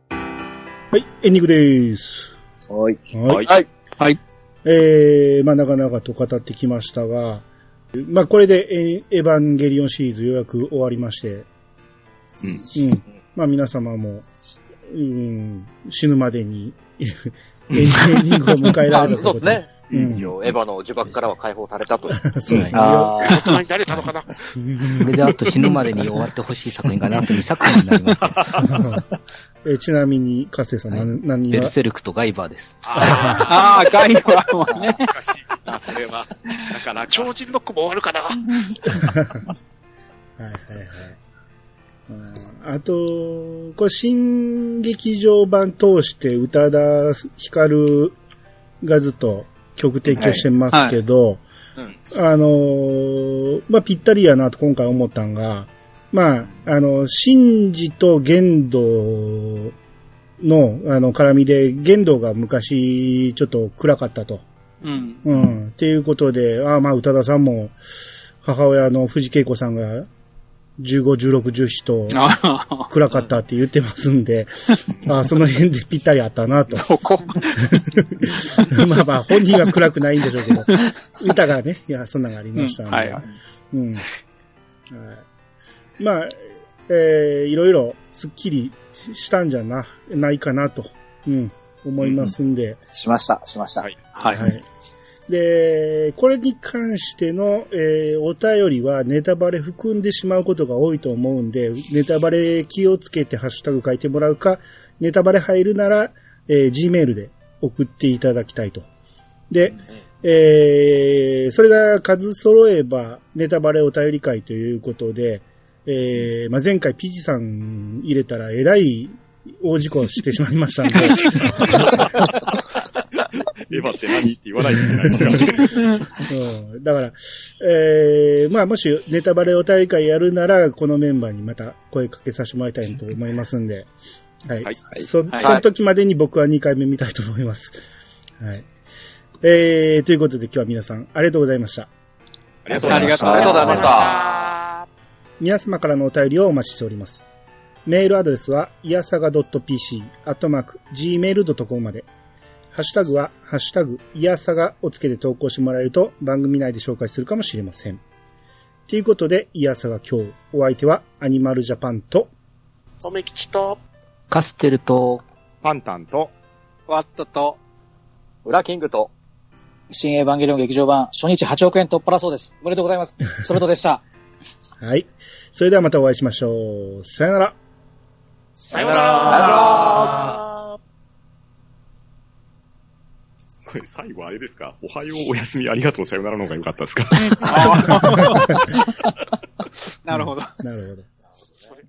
はい、エンディングです。はい。はい。はい。はい。えー、まあ、なかなかと語ってきましたが、まあ、これで、えーエヴァンゲリオンシリーズようやく終わりまして、うん。まあ、皆様も、うん、死ぬまでに、エンディングを迎えまらあ、れたということ [laughs] そですね。ういいん。よエヴァの呪縛からは解放されたと。そうですね。ああ、大人になれたのかなうんこれであと死ぬまでに終わってほしい作品がな、あと2作品になりますね。えーちなみに、カッセイさん、はい何何ベルが、セルクとガイバーです。ああ、ガイドはもうね。難しいな、それは。なかなか。超人ノックも終わるかなはいはいはい。うんあと、これ新劇場版通して宇多田ヒカルがずっと曲提供してますけど、あのーまあ、ぴったりやなと今回思ったんが、まあ、あの、真治と玄道の、あの、絡みで、玄道が昔ちょっと暗かったと。うん。うん。っていうことで、あまあ、宇多田さんも、母親の藤恵子さんが、15、16、17と、ああ、暗かったって言ってますん [laughs] で、あその辺でぴったりあったなと。そこ。 [laughs] まあまあ、本人は暗くないんでしょうけど、歌がね、いや、そんなのがありましたんで。うんはいはいうんはいまあ、えーいろいろすっきりしたんじゃな、ないかなと、うん、思いますんで、しました、しました。はいは。はいい。で、これに関しての、えーお便りはネタバレ含んでしまうことが多いと思うんで、ネタバレ気をつけてハッシュタグ書いてもらうか、ネタバレ入るなら、えー Gmail で送っていただきたいと。で、えーそれが数揃えばネタバレお便り会ということで、えーまあ、前回ピジさん入れたらえらい大事故をしてしまいましたんで、エヴァって何って言わないといけないですからね。うんだから、えーまあもしネタバレを大会やるなら、このメンバーにまた声かけさせてもらいたいと思いますんで、 [laughs] はい。はいそ、はいその時までに僕は2回目見たいと思います。はい。えー、ということで今日は皆さんありがとうございました。ありがとうごあざいりまがしたとうございました。皆様からのお便りをお待ちしております。メールアドレスは、いやさが .pc、アットマーク、gmail.com まで。ハッシュタグは、ハッシュタグ、いやさがをつけて投稿してもらえると、番組内で紹介するかもしれません。ということで、いやさが今日、お相手は、アニマルジャパンと、とめきちと、カステルとパンタンと、ワットと、裏キングと、新エヴァンゲリオン劇場版、初日8億円突破だそうです。おめでとうございます。それとでした。はい。それではまたお会いしましょう。さよなら。さよならこれ最後あれですかおはよう、おやすみ、ありがとう、さよならの方が良かったですかああなるほど。なるほど。それ